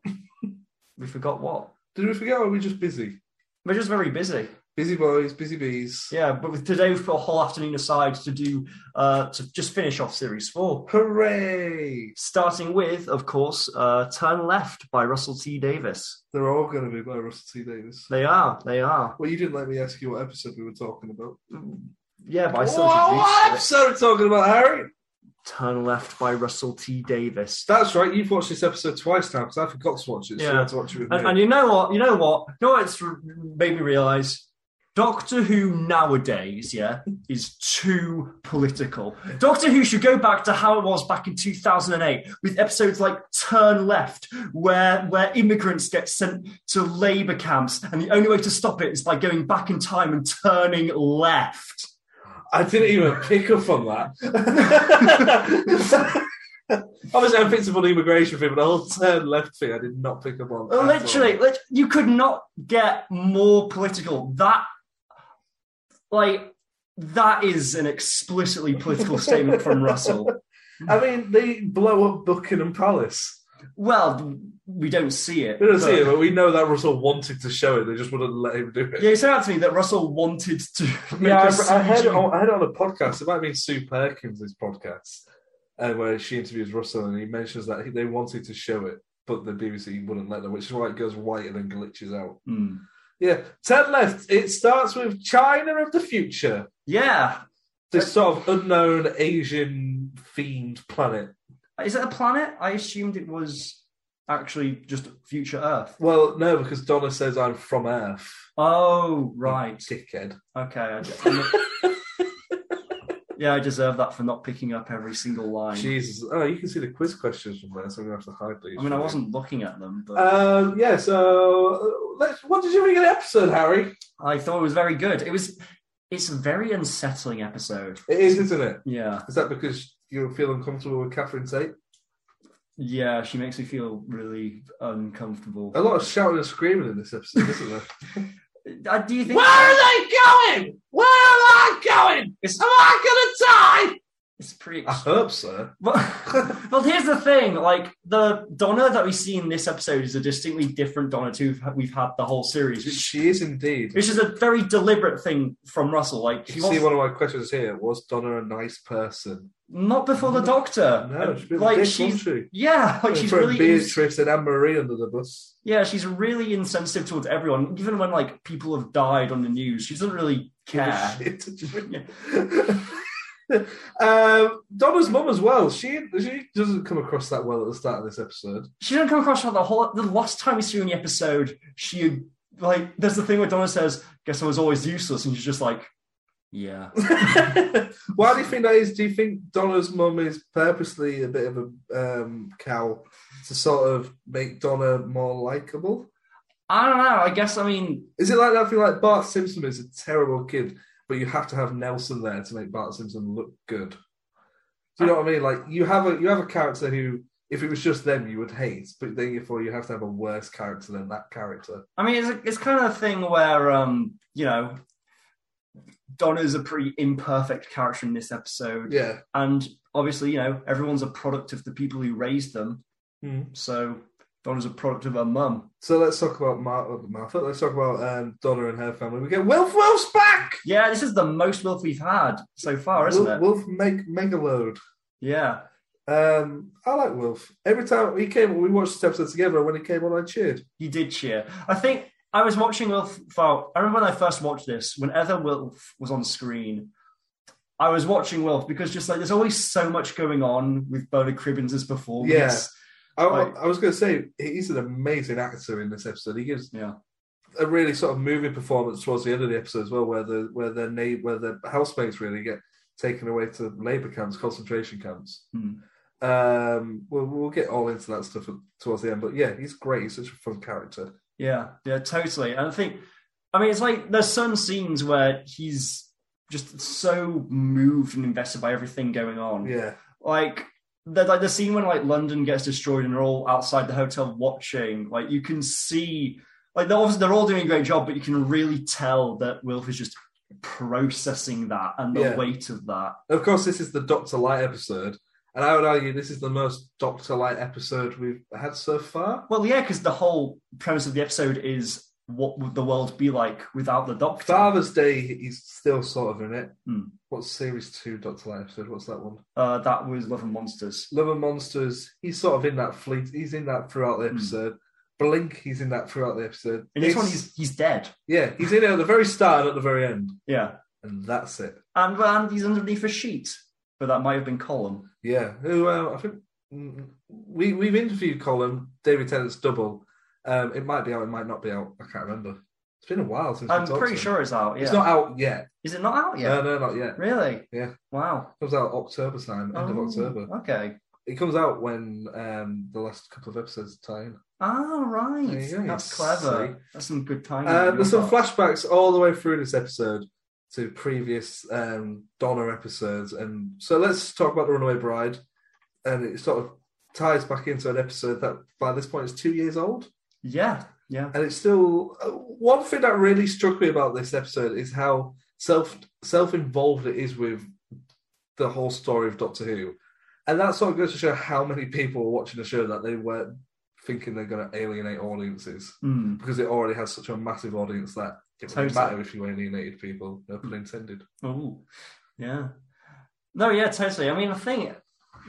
B: We forgot what.
E: Did we forget? Or were we just busy?
B: We're just very busy.
E: Busy boys, busy bees.
B: Yeah, but with today we've put a whole afternoon aside to do uh to just finish off series four.
E: Hooray!
B: Starting with, of course, uh Turn Left by Russell T. Davis.
E: They're all going to be by Russell T Davis.
B: They are, they are.
E: Well, you didn't let me ask you what episode we were talking about.
B: Yeah, but I still
E: What- what
B: introduced it.
E: episode are we talking about, Harry?
B: Turn Left by Russell T. Davis.
E: That's right. You've watched this episode twice now because I forgot to watch it. So you
B: Yeah.
E: had to watch it with
B: And,
E: me.
B: and you know what? You know what? You know what's r- made me realise? Doctor Who nowadays, yeah, is too political. Doctor Who should go back to how it was back in 2008 with episodes like Turn Left, where, where immigrants get sent to labour camps, and the only way to stop it is by going back in time and turning left.
E: I didn't even pick up on that. Obviously, I picked up on the immigration thing, but the whole turn left thing I did not pick up on. at all.
B: literally, lit- you could not get more political. That, like, that is an explicitly political statement from Russell.
E: I mean, they blow up Buckingham Palace.
B: Well, we don't see it.
E: We don't
B: but-
E: see it, but we know that Russell wanted to show it. They just wouldn't let him do it.
B: Yeah, you said out to me that Russell wanted to. make
E: Yeah,
B: a
E: I, I, heard it
B: CG.
E: on, I heard it on a podcast. It might have been Sue Perkins' podcast, uh, where she interviews Russell and he mentions that he, they wanted to show it, but the BBC wouldn't let them, which is why it goes white and then glitches out.
B: Hmm.
E: Yeah, turn left. It starts with China of the future,
B: Yeah.
E: this sort of unknown Asian themed planet.
B: Is it a planet? I assumed it was actually just future Earth.
E: Well, no, because Donna says I'm from Earth.
B: Oh, right.
E: Dickhead.
B: Okay. I get- yeah, I deserve that for not picking up every single line.
E: Jesus. Oh, you can see the quiz questions from there, so I'm gonna have to hide these.
B: I mean, I
E: from you.
B: wasn't looking at them, but.
E: Um, yeah, so uh, let's, what did you think of the episode, Harry?
B: I thought it was very good. It was. It's a very unsettling episode.
E: It is, isn't it?
B: Yeah,
E: Is that because you feel uncomfortable with Catherine Tate?
B: yeah. She makes me feel really uncomfortable.
E: A lot of shouting and screaming in this episode, isn't there?
B: Uh, do you think?
E: are they going? Where am I going?
B: It's,
E: I gonna die?
B: it's pretty.
E: I hope so.
B: Well, well, here's the thing. Like the Donna that we see in this episode is a distinctly different Donna to we've- we've had the whole series, which,
E: She is indeed.
B: which is a very deliberate thing from Russell. Like she
E: You can
B: wants-
E: see one of my questions here. Was Donna a nice person?
B: not before the Doctor.
E: Mm. No, she's a bit of a
B: like
E: dick,
B: she's
E: wasn't
B: yeah,
E: she?
B: like she's
E: Throwing
B: really
E: Beatrice and Anne Marie under the bus.
B: Yeah, she's really insensitive towards everyone, even when like people have died on the news. She doesn't really care.
E: Shit.
B: Yeah.
E: um, Donna's mum as well. She she doesn't come across that well at the start of this episode.
B: she didn't come across her the whole the last time we see her in the episode she like there's the thing where donna says guess i was always useless and she's just like yeah
E: Why do you think that is? Do you think Donna's mum is purposely a bit of a um, cow to sort of make Donna more likable?
B: i don't know i guess i mean
E: Is it like that thing like Bart Simpson is a terrible kid, but you have to have Nelson there to make Bart Simpson look good? Do you know what I mean? Like you have a you have a character who, if it was just them, you would hate, but then therefore you have to have a worse character than that character.
B: i mean it's, it's kind of a thing where um you know donna's a pretty imperfect character in this episode
E: Yeah,
B: and obviously you know everyone's a product of the people who raised them
E: Mhm.
B: so donna's a product of her mum
E: So let's talk about uh, Mar- Martha. Let's talk about um, Donna and her family. We get Wilf Wilf's back.
B: yeah this is the most wilf we've had so far Oh, isn't
E: Wilf,
B: it
E: Wilf make mega load.
B: yeah
E: Um, I like Wilf. Every time he came, we watched this episode together. and When he came on, I cheered.
B: He did cheer. I think I was watching Wilf. Well, I remember when I first watched this, whenever Wilf was on screen, I was watching Wilf because just like there's always so much going on with Bernard Cribbins' performance.
E: Yeah. I,
B: Right.
E: I was going to say he's an amazing actor in this episode. He gives
B: Yeah.
E: a really sort of moving performance towards the end of the episode as well, where the where their na- where their housemates really get taken away to labor camps, concentration camps.
B: Hmm.
E: Um, we'll, we'll get all into that stuff towards the end, but yeah, he's great. He's such a fun character.
B: Yeah, yeah, totally. And I think, I mean, it's like there's some scenes where he's just so moved and invested by everything going on.
E: Yeah,
B: like the like the scene when like London gets destroyed and they're all outside the hotel watching. Like you can see, like they're obviously they're all doing a great job, but you can really tell that Wilf is just processing that and the
E: Yeah.
B: weight of that.
E: Of course, this is the Doctor Light episode, and I would argue this is the most Doctor Light episode we've had so far.
B: Well, yeah, because the whole premise of the episode is what would the world be like without the Doctor?
E: Father's Day is still sort of in it.
B: Hmm.
E: What's series two Doctor Light episode? What's that one?
B: Uh, that was Love and Monsters.
E: Love and Monsters. He's sort of in that fleet. He's in that throughout the
B: Hmm.
E: episode. Blink. He's in that throughout the episode.
B: In this
E: It's-
B: one, he's he's dead.
E: yeah, he's in it at the very start and at the very end,
B: Yeah,
E: and that's it.
B: and and he's underneath a sheet, but that might have been Column.
E: Yeah, who uh, I think mm, we we've interviewed Colin David Tennant's double. Um, it might be out. It might not be out. I can't remember. It's been a while since we
B: I'm
E: talked
B: pretty
E: to him.
B: sure it's out. Yeah,
E: It's not out yet.
B: is it not out yet?
E: No, no, not yet.
B: Really?
E: Yeah.
B: Wow.
E: comes out October time, end
B: Oh,
E: of October.
B: Okay.
E: It comes out when um, the last couple of episodes tie in.
B: All Ah, right.
E: There you go,
B: That's
E: you
B: clever. That's some good timing. on
E: Uh,
B: your
E: there's some
B: part.
E: flashbacks all the way through this episode to previous um, Donna episodes, and so let's talk about the Runaway Bride, and it sort of ties back into an episode that by this point is two years old.
B: Yeah. Yeah.
E: and it's still uh, one thing that really struck me about this episode is how self self involved it is with the whole story of Doctor Who, and that sort of goes to show how many people are watching the show that they weren't thinking they're going to alienate audiences
B: Mm.
E: because it already has such a massive audience that it wouldn't
B: Totally. Mm.
E: matter if you alienated people, no pun intended.
B: Oh. Yeah. No. Yeah. Totally. I mean, I think.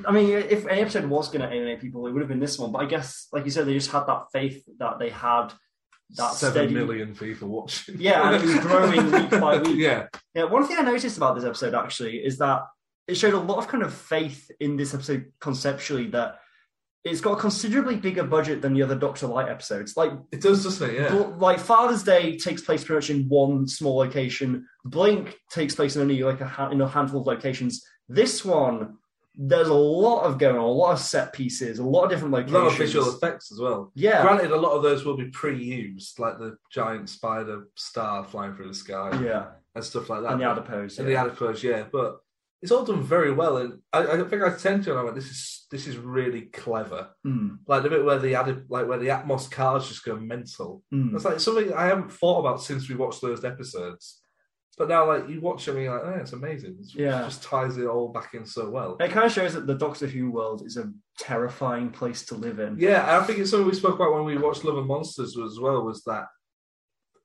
B: I mean, if any episode was going to alienate people, it would have been this one. But I guess, like you said, they just had that faith that they had. That
E: Seven
B: steady-
E: million people watching.
B: Yeah, and it was growing week by week.
E: Yeah,
B: Yeah. One thing I noticed about this episode actually is that it showed a lot of kind of faith in this episode conceptually that it's got a considerably bigger budget than the other Doctor Light episodes. Like
E: it does, doesn't it? Yeah.
B: Bl- like Father's Day takes place pretty much in one small location. Blink takes place in only like a ha- in a handful of locations. This one, there's a lot of going on, a lot of set pieces, a lot of different
E: A
B: locations.
E: lot of visual effects as well.
B: Yeah,
E: Granted, a lot of those will be pre-used, like the giant spider star flying through the sky
B: yeah,
E: and stuff like that.
B: and the adipose.
E: And
B: yeah.
E: the adipose, yeah. But it's all done very well, and I, I think I tend to. And I went, "This is this is really clever."
B: Mm,
E: Like the bit where the adip, like where the Atmos cars just go mental.
B: mm.
E: That's like something I haven't thought about since we watched those episodes. But now, like you watch it, and you're like, "Oh, it's amazing." It's-
B: Yeah.
E: it just ties it all back in so well.
B: It kind of shows that the Doctor Who world is a terrifying place to live in.
E: Yeah, and I think it's something we spoke about when we watched Love and Monsters as well. Was that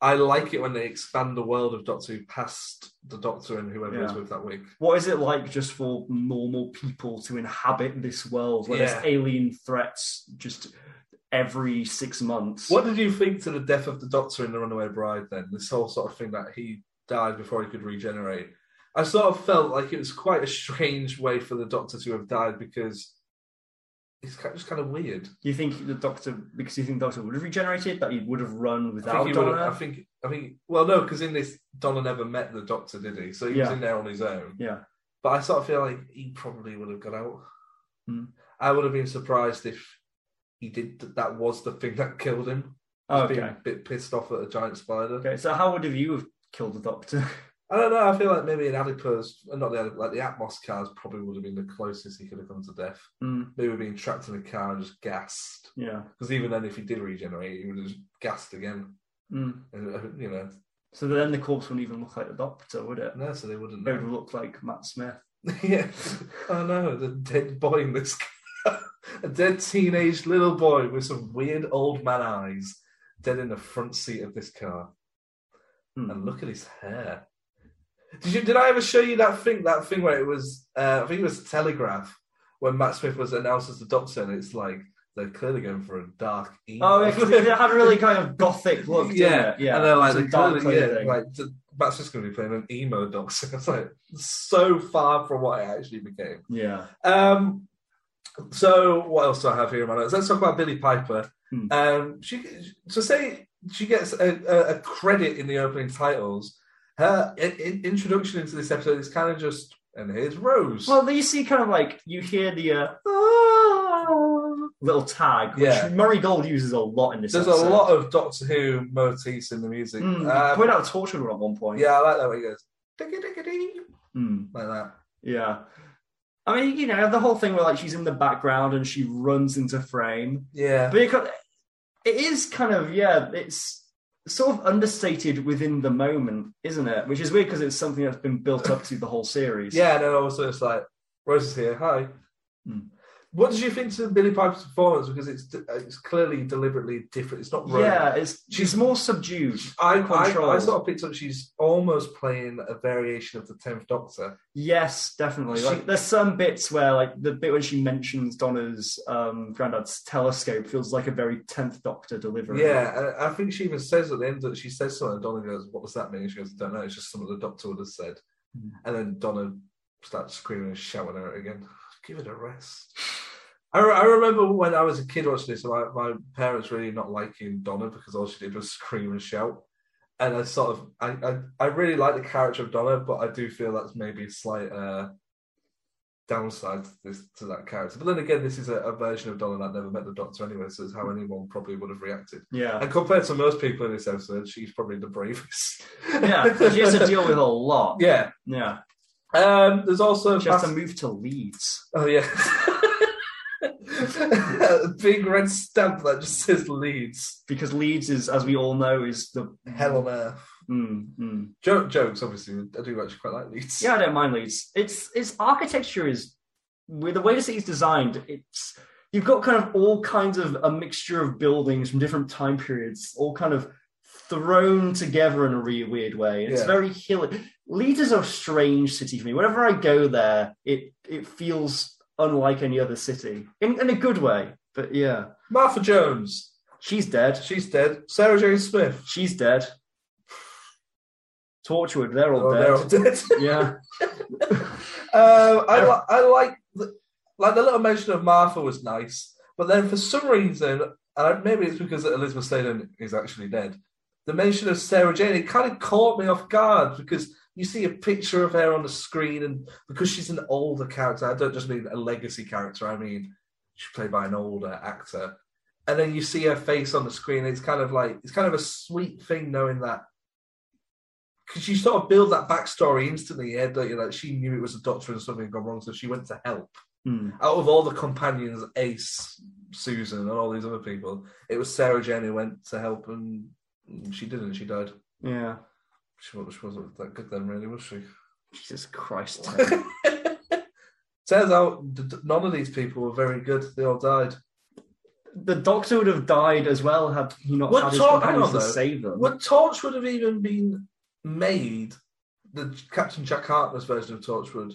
E: I like it when they expand the world of Doctor Who past the Doctor and whoever is
B: Yeah.
E: with that wig.
B: What is it like just for normal people to inhabit this world where there's
E: Yeah.
B: alien threats just every six months?
E: What did you think to the death of the Doctor in The Runaway Bride? Then this whole sort of thing that he died before he could regenerate. I sort of felt like it was quite a strange way for the Doctor to have died because it's ki- just kind of weird.
B: You think the Doctor, because you think the Doctor would have regenerated, that he would have run
E: I think,
B: without
E: he would have,
B: Donna?
E: I think, I think, well, no, because in this, Donna never met the Doctor, did he? So he was
B: Yeah.
E: in there on his own.
B: yeah.
E: But I sort of feel like he probably would have got out.
B: Hmm.
E: I would have been surprised if he did. That was the thing that killed him.
B: Oh,
E: Being
B: okay.
E: a bit pissed off at a giant spider.
B: Okay. So how would have you have killed the Doctor?
E: I don't know. I feel like maybe an adipose, uh, not the adipose, like the Atmos cars probably would have been the closest he could have come to death.
B: Mm,
E: Maybe being trapped in a car and just gassed.
B: yeah.
E: Because even then, if he did regenerate, he would have just gassed again.
B: Mm.
E: And, uh, you know,
B: So then the corpse wouldn't even look like the Doctor, would it?
E: no, so they wouldn't
B: It would
E: know.
B: look like Matt Smith.
E: yeah. Oh no, the dead boy in this car. a dead teenage little boy with some weird old man eyes, dead in the front seat of this car.
B: Hmm.
E: And look at his hair. Did you? Did I ever show you that thing? That thing where it was? Uh, I think it was Telegraph when Matt Smith was announced as the Doctor, and it's like they're clearly going for a dark. emo.
B: Oh, yeah, 'cause it had a really kind of gothic look. didn't
E: yeah,
B: it? yeah.
E: And they're like,
B: Some
E: they're
B: dark
E: clearly, yeah,
B: clothing.
E: like the, Matt Smith's going to be playing an emo Doctor. It's like so far from what it actually became.
B: yeah.
E: Um, so what else do I have here in my notes? Let's talk about Billy Piper.
B: Hmm.
E: Um, she so say she gets a, a, a credit in the opening titles. Her i i- introduction into this episode is kind of just and here's Rose.
B: Well, you see, kind of like you hear the uh, "Ah," little tag, which
E: Yeah.
B: Murray Gold uses a lot in this.
E: There's a
B: episode.
E: lot of Doctor Who motifs in the music.
B: Mm,
E: Um,
B: point out a torture room at one point.
E: yeah, I like that way it goes. Diggy diggy dee,
B: Mm,
E: like that.
B: yeah. I mean, you know, the whole thing where like she's in the background and she runs into frame,
E: Yeah.
B: but it, kind- it is kind of yeah, it's sort of understated within the moment, isn't it? Which is weird because it's something that's been built up to the whole series.
E: Yeah, and then also it's like Rose is here. Hi.
B: Hmm.
E: What did you think to Billy Piper's performance? Because it's it's clearly deliberately different. It's not Rose.
B: yeah. It's she's more subdued.
E: I, I, I
B: Controlled.
E: sort of picked up she's almost playing a variation of the Tenth Doctor.
B: Yes, definitely.
E: She-
B: Like there's some bits where like the bit when she mentions Donna's um granddad's telescope feels like a very tenth doctor delivery.
E: Yeah, I, I think she even says at the end that she says something. And Donna goes, "What does that mean?" And she goes, "Don't know. It's just something the Doctor would have said."
B: Mhm.
E: And then Donna starts screaming and shouting at her again. Give it a rest. I, re- I remember when I was a kid watching this, my, my parents really not liking Donna because all she did was scream and shout. And I sort of, I, I, I really like the character of Donna, but I do feel that's maybe a slight uh, downside to, this, to that character. But then again, this is a, a version of Donna that never met the Doctor anyway, so it's how anyone probably would have reacted.
B: Yeah.
E: And compared to most people in this episode, she's probably the bravest.
B: Yeah. She has to deal with a lot.
E: Yeah.
B: Yeah.
E: Um, there's also
B: She has to
E: Bas-
B: move to Leeds.
E: Oh yeah. a big red stamp that just says Leeds.
B: Because Leeds is, as we all know, is the
E: Hell on earth.
B: Mm, mm.
E: Joke, jokes, obviously. I do actually quite like Leeds.
B: Yeah, I don't mind Leeds. It's its architecture is with the way the city's designed, it's you've got kind of all kinds of a mixture of buildings from different time periods, all kind of thrown together in a really weird way. It's
E: Yeah.
B: very hilly. Leeds is a strange city for me. Whenever I go there, it it feels unlike any other city. In in a good way. But yeah.
E: Martha Jones.
B: She's dead.
E: She's dead. Sarah Jane Smith.
B: She's dead. Torchwood, they're all
E: Oh,
B: dead.
E: they're all dead.
B: Yeah.
E: Uh, I, li- I like the, like the little mention of Martha was nice, but then for some reason, and maybe it's because Elizabeth Sladen is actually dead. The mention of Sarah Jane it kind of caught me off guard because you see a picture of her on the screen, and because she's an older character, I don't just mean a legacy character. I mean she's played by an older actor, and then you see her face on the screen. It's kind of like it's kind of a sweet thing knowing that because you sort of build that backstory instantly, yeah, don't you? Like she knew it was a doctor and something had gone wrong, so she went to help.
B: Hmm.
E: Out of all the companions, Ace, Susan, and all these other people, it was Sarah Jane who went to help, and she didn't. She died.
B: Yeah.
E: She, wa- she wasn't that good then, really, was she?
B: Jesus Christ. Ted.
E: Turns out d- d- none of these people were very good. They all died.
B: the doctor would have died as well had he not
E: What
B: had his
E: talk-
B: companions
E: hang
B: to
E: on, though.
B: save them.
E: Would Torchwood have even been made the Captain Jack Hartness version of Torchwood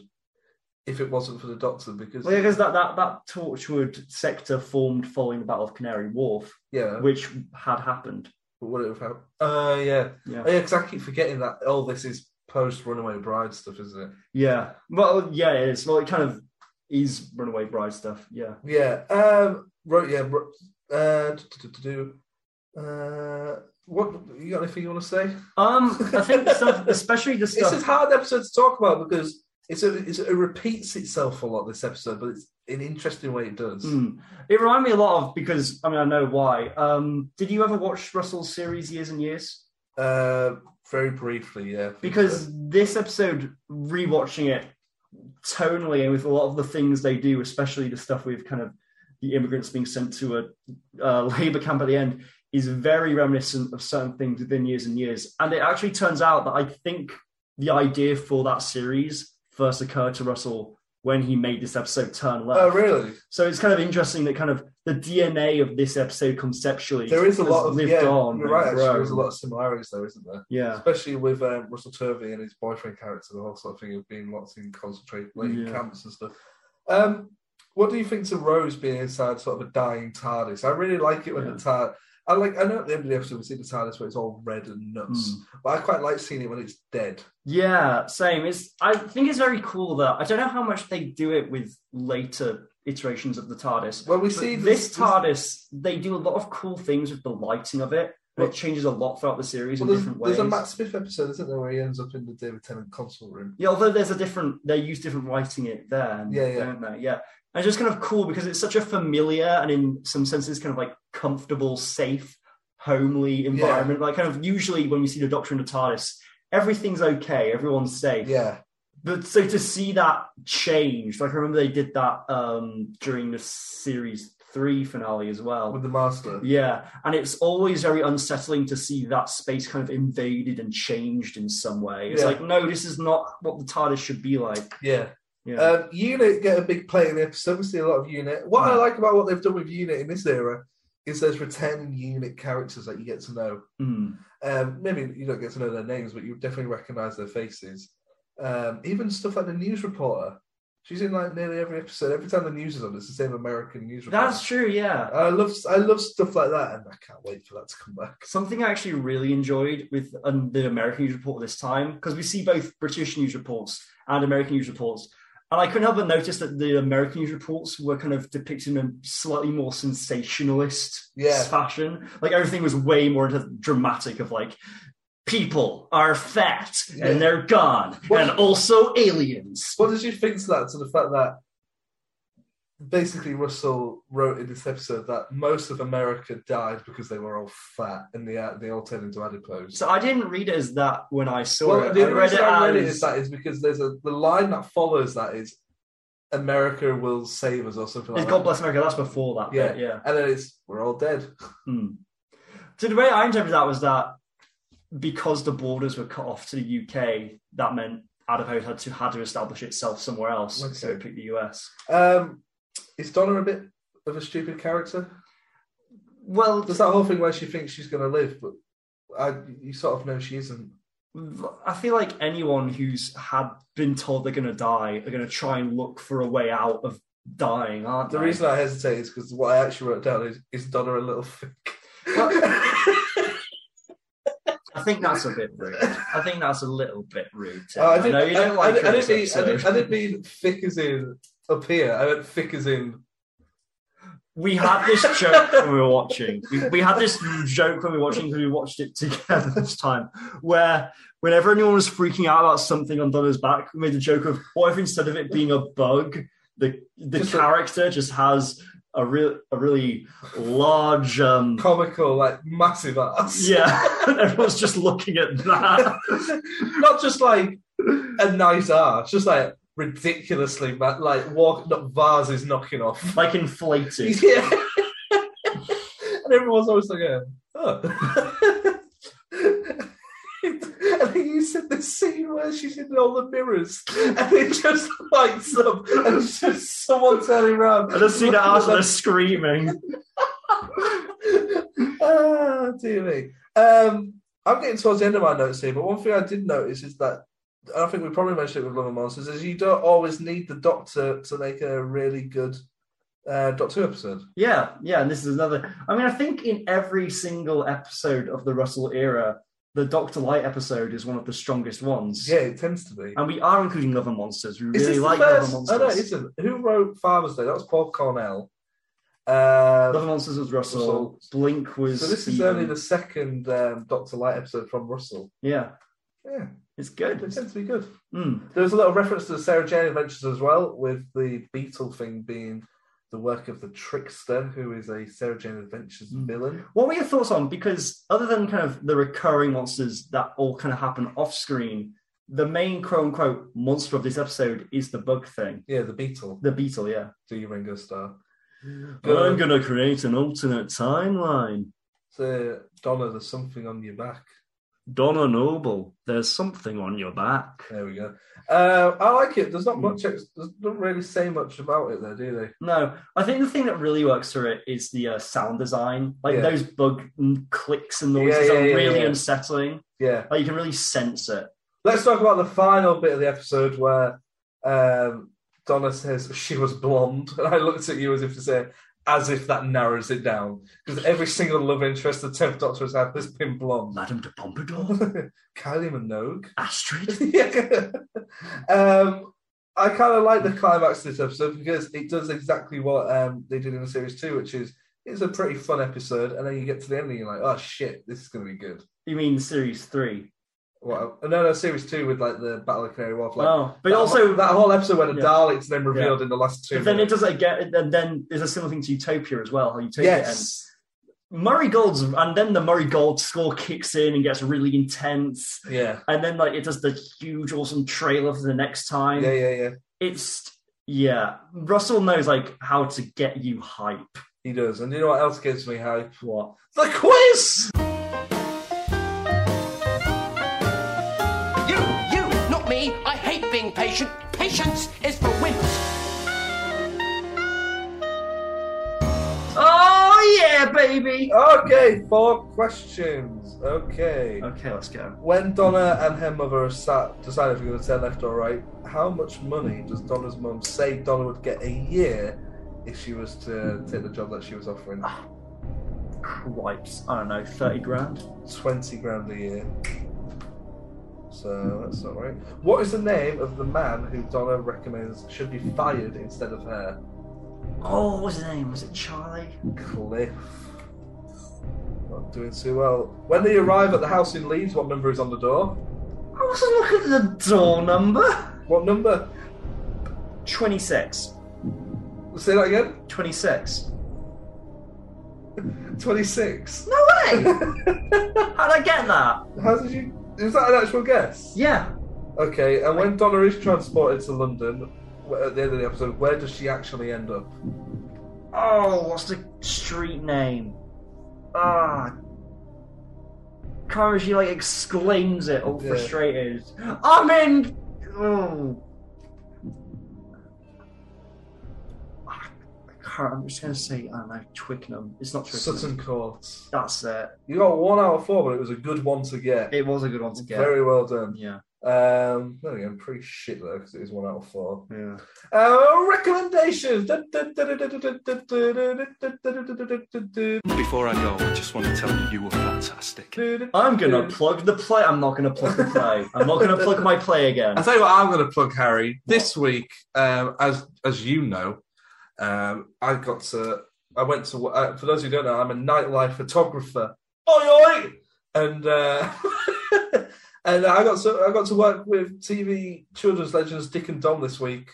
E: if it wasn't for the Doctor? Because
B: Well, because that, that, that Torchwood sector formed following the Battle of Canary Wharf,
E: yeah,
B: which had happened.
E: But would it have happened? Uh, yeah.
B: Yeah.
E: Oh, yeah, because I keep forgetting that all this is post Runaway Bride stuff, isn't it?
B: Yeah. Well, yeah, it is. Well, it kind of is Runaway Bride stuff. Yeah.
E: Yeah. Um, right. Yeah. ro- Uh, do, do, do, do. uh, what you got? Anything you want to say?
B: Um, I think the stuff, especially the
E: It's a
B: stuff.
E: hard episode to talk about because it's a, it's it repeats itself a lot this episode, but it's in an interesting way it does.
B: Hmm. It reminded me a lot of because I mean I know why. Um, did you ever watch Russell's series Years and Years?
E: Uh, very briefly, yeah.
B: Because this episode, rewatching it tonally and with a lot of the things they do, especially the stuff with kind of the immigrants being sent to a uh, labor camp at the end, is very reminiscent of certain things within Years and Years. And it actually turns out that I think the idea for that series first occurred to Russell when he made this episode turn left.
E: oh, really?
B: So it's kind of interesting that kind of the DNA of this episode conceptually
E: There is a
B: has
E: lot of
B: lived
E: yeah.
B: on.
E: you're
B: and
E: right. Actually,
B: grown.
E: there's a lot of similarities, though, isn't there?
B: Yeah,
E: Especially with um, Russell Turvey and his boyfriend character, the whole sort of thing of being locked in concentration
B: Yeah.
E: camps and stuff. Um, what do you think to Rose being inside sort of a dying TARDIS? I really like it when
B: Yeah.
E: the TARDIS. I like. I know at the end of the episode we see the TARDIS where it's all red and
B: Hmm.
E: nuts, but I quite like seeing it when it's dead.
B: yeah, same. It's I think it's very cool that I don't know how much they do it with later iterations of the TARDIS.
E: Well, we
B: But
E: see
B: this, TARDIS, they do a lot of cool things with the lighting of it. and it changes a lot throughout the series
E: Well,
B: in
E: there's,
B: different ways.
E: there's a Matt Smith episode, isn't there, where he ends up in the David Tennant console room?
B: Yeah, although there's a different, they use different writing it there.
E: Yeah, yeah.
B: Don't they? Yeah. And it's just kind of cool because it's such a familiar and in some senses kind of like comfortable, safe, homely environment. Like kind of usually when we see the Doctor in the TARDIS, everything's okay, everyone's safe.
E: Yeah,
B: But so to see that change, like I remember they did that um during the series three finale as well.
E: with the Master.
B: Yeah, and it's always very unsettling to see that space kind of invaded and changed in some way. It's
E: Yeah.
B: like, no, this is not what the TARDIS should be like.
E: yeah.
B: Yeah,
E: Um, Unit get a big play in the episode. We see a lot of Unit. What I
B: Yeah.
E: like about what they've done with Unit in this era is there's returning Unit characters that you get to know.
B: Mm.
E: Um, maybe you don't get to know their names, but you definitely recognise their faces. Um, even stuff like the news reporter. She's in like nearly every episode. Every time the news is on, it's the same American news reporter.
B: that's true. Yeah,
E: I love I love stuff like that, and I can't wait for that to come back.
B: something I actually really enjoyed with um, the American news report this time because we see both British news reports and American news reports. And I couldn't help but notice that the American news reports were kind of depicted in a slightly more sensationalist
E: Yeah.
B: fashion. Like everything was way more into dramatic of like people are fat
E: Yeah.
B: and they're gone
E: What-
B: and also aliens.
E: What did you think to that? To the fact that basically Russell wrote in this episode that most of America died because they were all fat and they they all turned into adipose.
B: So I didn't read it as that when I saw
E: well,
B: it.
E: the
B: I
E: only
B: read
E: reason
B: it
E: I read it
B: as
E: is that is because there's a the line that follows that is America will save us or something like
B: it's
E: that.
B: God Bless America. That's before that.
E: Yeah.
B: bit, yeah.
E: And then it's we're all dead.
B: Hmm. So the way I interpreted that was that because the borders were cut off to the UK, that meant Adipose had to had to establish itself somewhere else. So
E: Okay.
B: it picked the US.
E: Um, is Donna a bit of a stupid character?
B: Well,
E: There's that whole thing where she thinks she's going to live, but I, you sort of know she isn't.
B: I feel like anyone who's had been told they're going to die are going to try and look for a way out of dying, aren't
E: The
B: they?
E: reason I hesitate is because what I actually wrote down is, is Donna a little thick?
B: I think that's a bit rude. I think that's a little bit rude. Tim.
E: Oh, I didn't,
B: know you don't
E: I,
B: like
E: I,
B: her
E: didn't mean,
B: this
E: I, didn't, I
B: episode.
E: didn't mean thick as in up here. I meant thick as in.
B: We had this joke when we were watching. We, we had this joke when we were watching because we watched it together this time, where whenever anyone was freaking out about something on Donna's back, we made the joke of what if instead of it being a bug, the the
E: Just a-
B: character just has a real a really large um,
E: Comical, like massive ass.
B: Yeah, everyone's just looking at that.
E: not just like a nice ass, just like ridiculously, ma- like walk, not vases knocking off.
B: Like inflated.
E: yeah. and everyone's always like, uh, oh. I think you said the scene where she's in all the mirrors and it just lights up and it's just someone turning around.
B: I just see the ass and
E: Looking
B: they're
E: at
B: screaming.
E: ah, dear me. Um, I'm getting towards the end of my notes here, but one thing I did notice is that and I think we probably mentioned it with Love and Monsters is you don't always need the Doctor to make a really good uh, Doctor Who episode.
B: Yeah, yeah, and this is another. I mean, I think in every single episode of the Russell era, the Doctor Light episode is one of the strongest ones.
E: Yeah, it tends to be.
B: And we are including Love and Monsters. We
E: Is
B: really
E: this
B: like
E: the
B: Love and
E: first?
B: Monsters.
E: Oh, no, it isn't. Who wrote Father's Day? That was Paul Cornell. Uh,
B: Love and Monsters was Russell.
E: Russell.
B: Blink was.
E: so this is
B: Steven.
E: only the second um, Doctor Light episode from Russell.
B: Yeah,
E: Yeah,
B: it's
E: it
B: good.
E: tends to be good.
B: Mm.
E: There was a little reference to the Sarah Jane Adventures as well, with the Beetle thing being the work of the trickster, who is a Sarah Jane Adventures
B: Hmm.
E: villain.
B: What were your thoughts on? Because other than kind of the recurring monsters that all kind of happen off screen, the main quote unquote monster of this episode is the bug thing,
E: Yeah, the Beetle.
B: the beetle. Yeah,
E: Do you Ringo Starr?
B: I'm gonna create an alternate timeline.
E: So Donna, there's something on your back.
B: Donna Noble, there's something on your back.
E: There we go. Uh, I like it. There's not
B: Hmm.
E: much. Ex- there's not really say much about it there, do they?
B: No, I think the thing that really works for it is the uh, sound design. Like
E: Yeah.
B: those bug mm, clicks and noises
E: Yeah, yeah,
B: are
E: yeah,
B: really
E: yeah.
B: unsettling.
E: Yeah.
B: Like you can really sense it.
E: Let's talk about the final bit of the episode where um, Donna says she was blonde, and I looked at you as if to say, as if that narrows it down, because every single love interest the tenth Doctor has had has been blonde.
B: Madame de Pompadour,
E: Kylie Minogue.
B: Astrid.
E: yeah. Um, I kind of like the climax of this episode because it does exactly what um, they did in the series two, which is it's a pretty fun episode, and then you get to the end and you're like, oh shit, this is going to be good.
B: You mean series three?
E: Well, no, no, series two with like the Battle of Canary Wharf, like
B: oh, but
E: that
B: also
E: whole- that whole episode where the
B: Yeah.
E: Daleks then revealed in the last two.
B: But then it
E: minutes.
B: does it again, and then there's a similar thing to Utopia as well. How Utopia ends.
E: Yes.
B: Murray Gold's, and then the Murray Gold score kicks in and gets really intense,
E: Yeah.
B: and then like it does the huge awesome trailer for the next time.
E: Yeah. Yeah. Yeah.
B: It's yeah, Russell knows like how to get you hype.
E: He does. And you know what else gives me hype?
B: What?
E: The quiz.
I: You, you, not me. I hate being patient. Patience is for wimps.
B: Oh yeah, baby.
E: Okay, four questions. Okay.
B: Okay, let's go.
E: When Donna and her mother are sat deciding if we're going to turn left or right, how much money does Donna's mum say Donna would get a year if she was to take the job that she was offering?
B: Ah. Wipes. I don't know, thirty grand.
E: 20 grand a year. So that's not right. What is the name of the man who Donna recommends should be fired instead of her?
B: Oh, what was his name? Was it Charlie?
E: Cliff. Not doing too well. When they arrive at the house in Leeds, what number is on the door?
B: I wasn't looking at the door number.
E: What number?
B: Twenty-six.
E: Say that again.
B: 26.
E: 26.
B: No way! How'd I get that?
E: How did you. Is that an actual guess?
B: Yeah.
E: Okay, and when Donna is transported to London wh- at the end of the episode, where does she actually end up?
B: Oh, what's the street name? Ah. Kara, she like exclaims it all
E: Yeah.
B: frustrated. I'm in. Oh. I can't- I'm just gonna say, I don't know, Twickenham. It's not Twickenham.
E: Sutton Court.
B: That's it.
E: You got one out of four, but it was a good one to get.
B: It was a good one to get.
E: Very well done.
B: yeah.
E: Um, there we go. I'm pretty shit though because it is one out of four.
B: Yeah.
E: Uh, recommendations. Before
J: Before I go, I just want to tell you you were fantastic.
B: I'm gonna plug the play. I'm not gonna plug the play. I'm not gonna plug my play again.
E: I tell you what, I'm going to plug Harry this week. Um, as as you know, um, I got to. I went to. Uh, for those who don't know, I'm a nightlife photographer. Oi oi! And uh, and I got to. I got to work with TV children's legends Dick and Dom this week,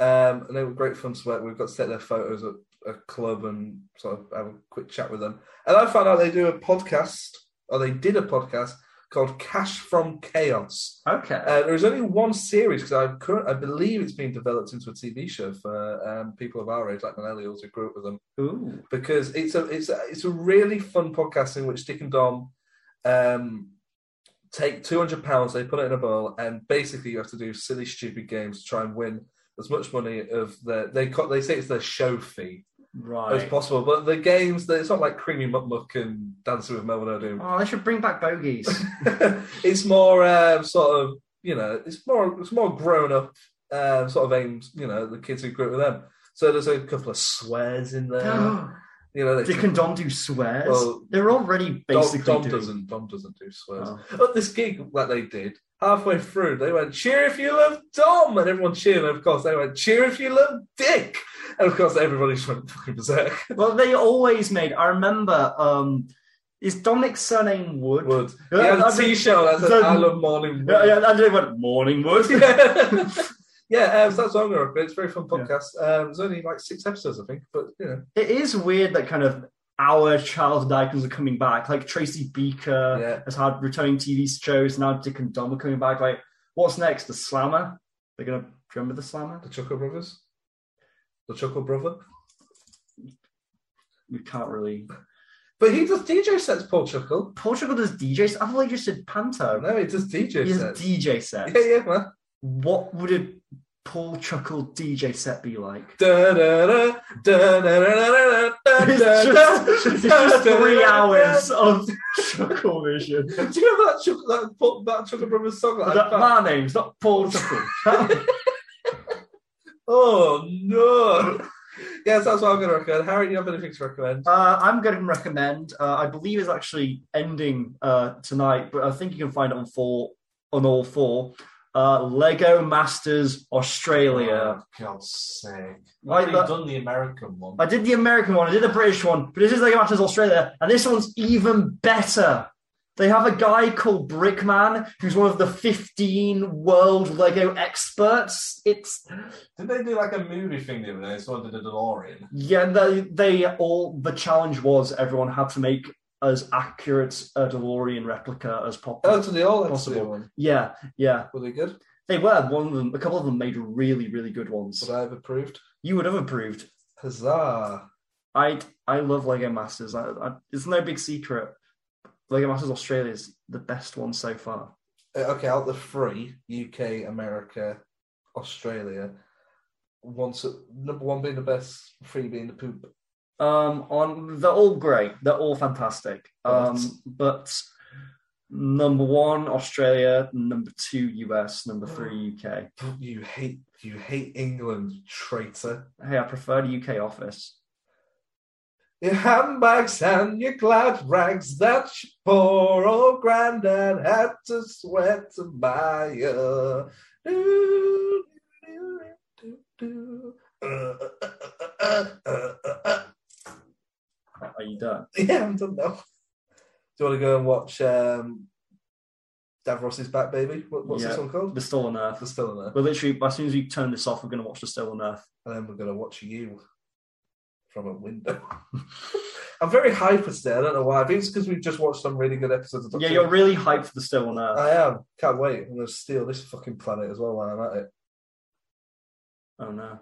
E: um, and they were great fun to work. with. We've got to take their photos at a club and sort of have a quick chat with them. And I found out they do a podcast, or they did a podcast called Cash from Chaos.
B: Okay.
E: Uh, there is only one series because I current, I believe it's been developed into a TV show for um, people of our age, like millennials who grew up with them.
B: Ooh.
E: Because it's a it's a, it's a really fun podcast in which Dick and Dom um, take two hundred pounds, they put it in a bowl, and basically you have to do silly, stupid games to try and win as much money of their they co- they say it's their show fee as
B: Right.
E: possible. But the games, they- it's not like Creamy Muck Muck and Dancing with Melvin O'Doon
B: Oh, they should bring back bogeys.
E: it's more um, sort of you know it's more it's more grown up um, sort of aims you know the kids who grew up with them. So there's a couple of swears in there. You know, they-
B: Did Can Dom do swears?
E: Well,
B: They're already
E: Dom-
B: basically Oh.
E: Dom,
B: doing-
E: doesn't. Dom doesn't do swears. At this gig that they did, halfway through, they went cheer if you love Dom, and everyone cheered. And of course, they went cheer if you love Dick, and of course, everybody just went fucking berserk.
B: Well, they always made. I remember. um Is Dominic's surname Wood?
E: Wood.
B: Yeah,
E: he had
B: I
E: a
B: mean,
E: T-shirt that said
B: the-
E: "I love morning wood."
B: Yeah, yeah, and they went Morning Wood.
E: yeah, um, so that's what I'm going to recommend. It's a very fun podcast. Um, there's only like six episodes, I think, but you know,
B: it is weird that kind of our childhood icons are coming back. Like Tracy Beaker
E: Yeah.
B: has had returning TV shows. Now Dick and Dom are coming back. Like, what's next? The Slammer. They're gonna do you remember the Slammer.
E: the Chuckle Brothers, the Chuckle Brother.
B: We can't really.
E: But he does DJ sets, Paul Chuckle. Uh,
B: Portugal does DJs. I thought you just said Panto.
E: No, he does DJ
B: He has
E: sets.
B: DJ sets.
E: yeah, yeah, man.
B: What would a Paul Chuckle DJ set be like?
E: Da-da-da, da-da-da-da-da, uh,
B: It's
E: da-da-da,
B: just, it's just three
E: da-da-da-da.
B: hours of Chuckle Vision.
E: Do you remember that Chuck, that, Paul- that Chuckle Brothers song? that I
B: That,
E: found?
B: my name's not Paul Chuckle.
E: Oh no! yes, that's what I'm going to recommend. Harry, do you have anything to recommend?
B: Uh, I'm going to recommend. Uh, I believe it's actually ending uh, tonight, but I think you can find it on four on all four. Uh, Lego Masters Australia.
E: Oh, God's sake!
B: You've already Like that-
E: done the American one.
B: I did the American one. I did the British one, but this is Lego Masters Australia, and this one's even better. They have a guy called Brickman, who's one of the 15 world Lego experts. It's
E: Didn't they do like a movie thing the other day? Someone did a DeLorean.
B: Yeah, they, they all the challenge was everyone had to make as accurate a DeLorean replica as
E: Oh,
B: possible.
E: to the old
B: Possible.
E: one.
B: Yeah, yeah,
E: Were they good?
B: they were. One of them, a couple of them made really, really good ones.
E: Would I have approved?
B: You would have approved.
E: Huzzah!
B: I I love Lego Masters. I, I, it's no big secret. Lego Masters Australia is the best one so far.
E: Uh, Okay, out the three: UK, America, Australia. Once uh, number one being the best, three being the poop.
B: Um, on they're all great. They're all fantastic. Um, but number one Australia, number two US, number three UK.
E: You hate, you hate England, traitor.
B: hey, I prefer the UK office.
E: Your handbags and your glad rags that your poor old granddad had to sweat to buy you. Do, do, do, do, do. Uh, uh, uh, uh, uh, uh.
B: Are you done?
E: Yeah, I'm done now. Do you want to go and watch um, Davros's Back Baby? What, what's
B: Yeah.
E: this one called?
B: The Still on
E: The
B: Earth.
E: Still in There.
B: We're literally, as soon as we turn this off, we're going to watch The Still on Earth.
E: And then we're going to watch you from a window. I'm very hyped today. I don't know why. I think it's because we've just watched some really good episodes of Doctor
B: Yeah, you're really hyped for The Still on Earth.
E: I am. Can't wait. I'm going to steal this fucking planet as well while I'm at it.
B: Oh no.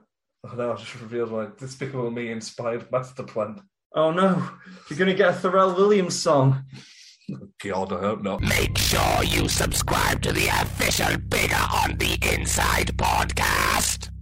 E: Oh no, I've just revealed my Despicable Me inspired master plan.
B: Oh no. You're going to get a Pharrell Williams song.
E: God, I hope not.
I: Make sure you subscribe to the official Bigger on the Inside podcast.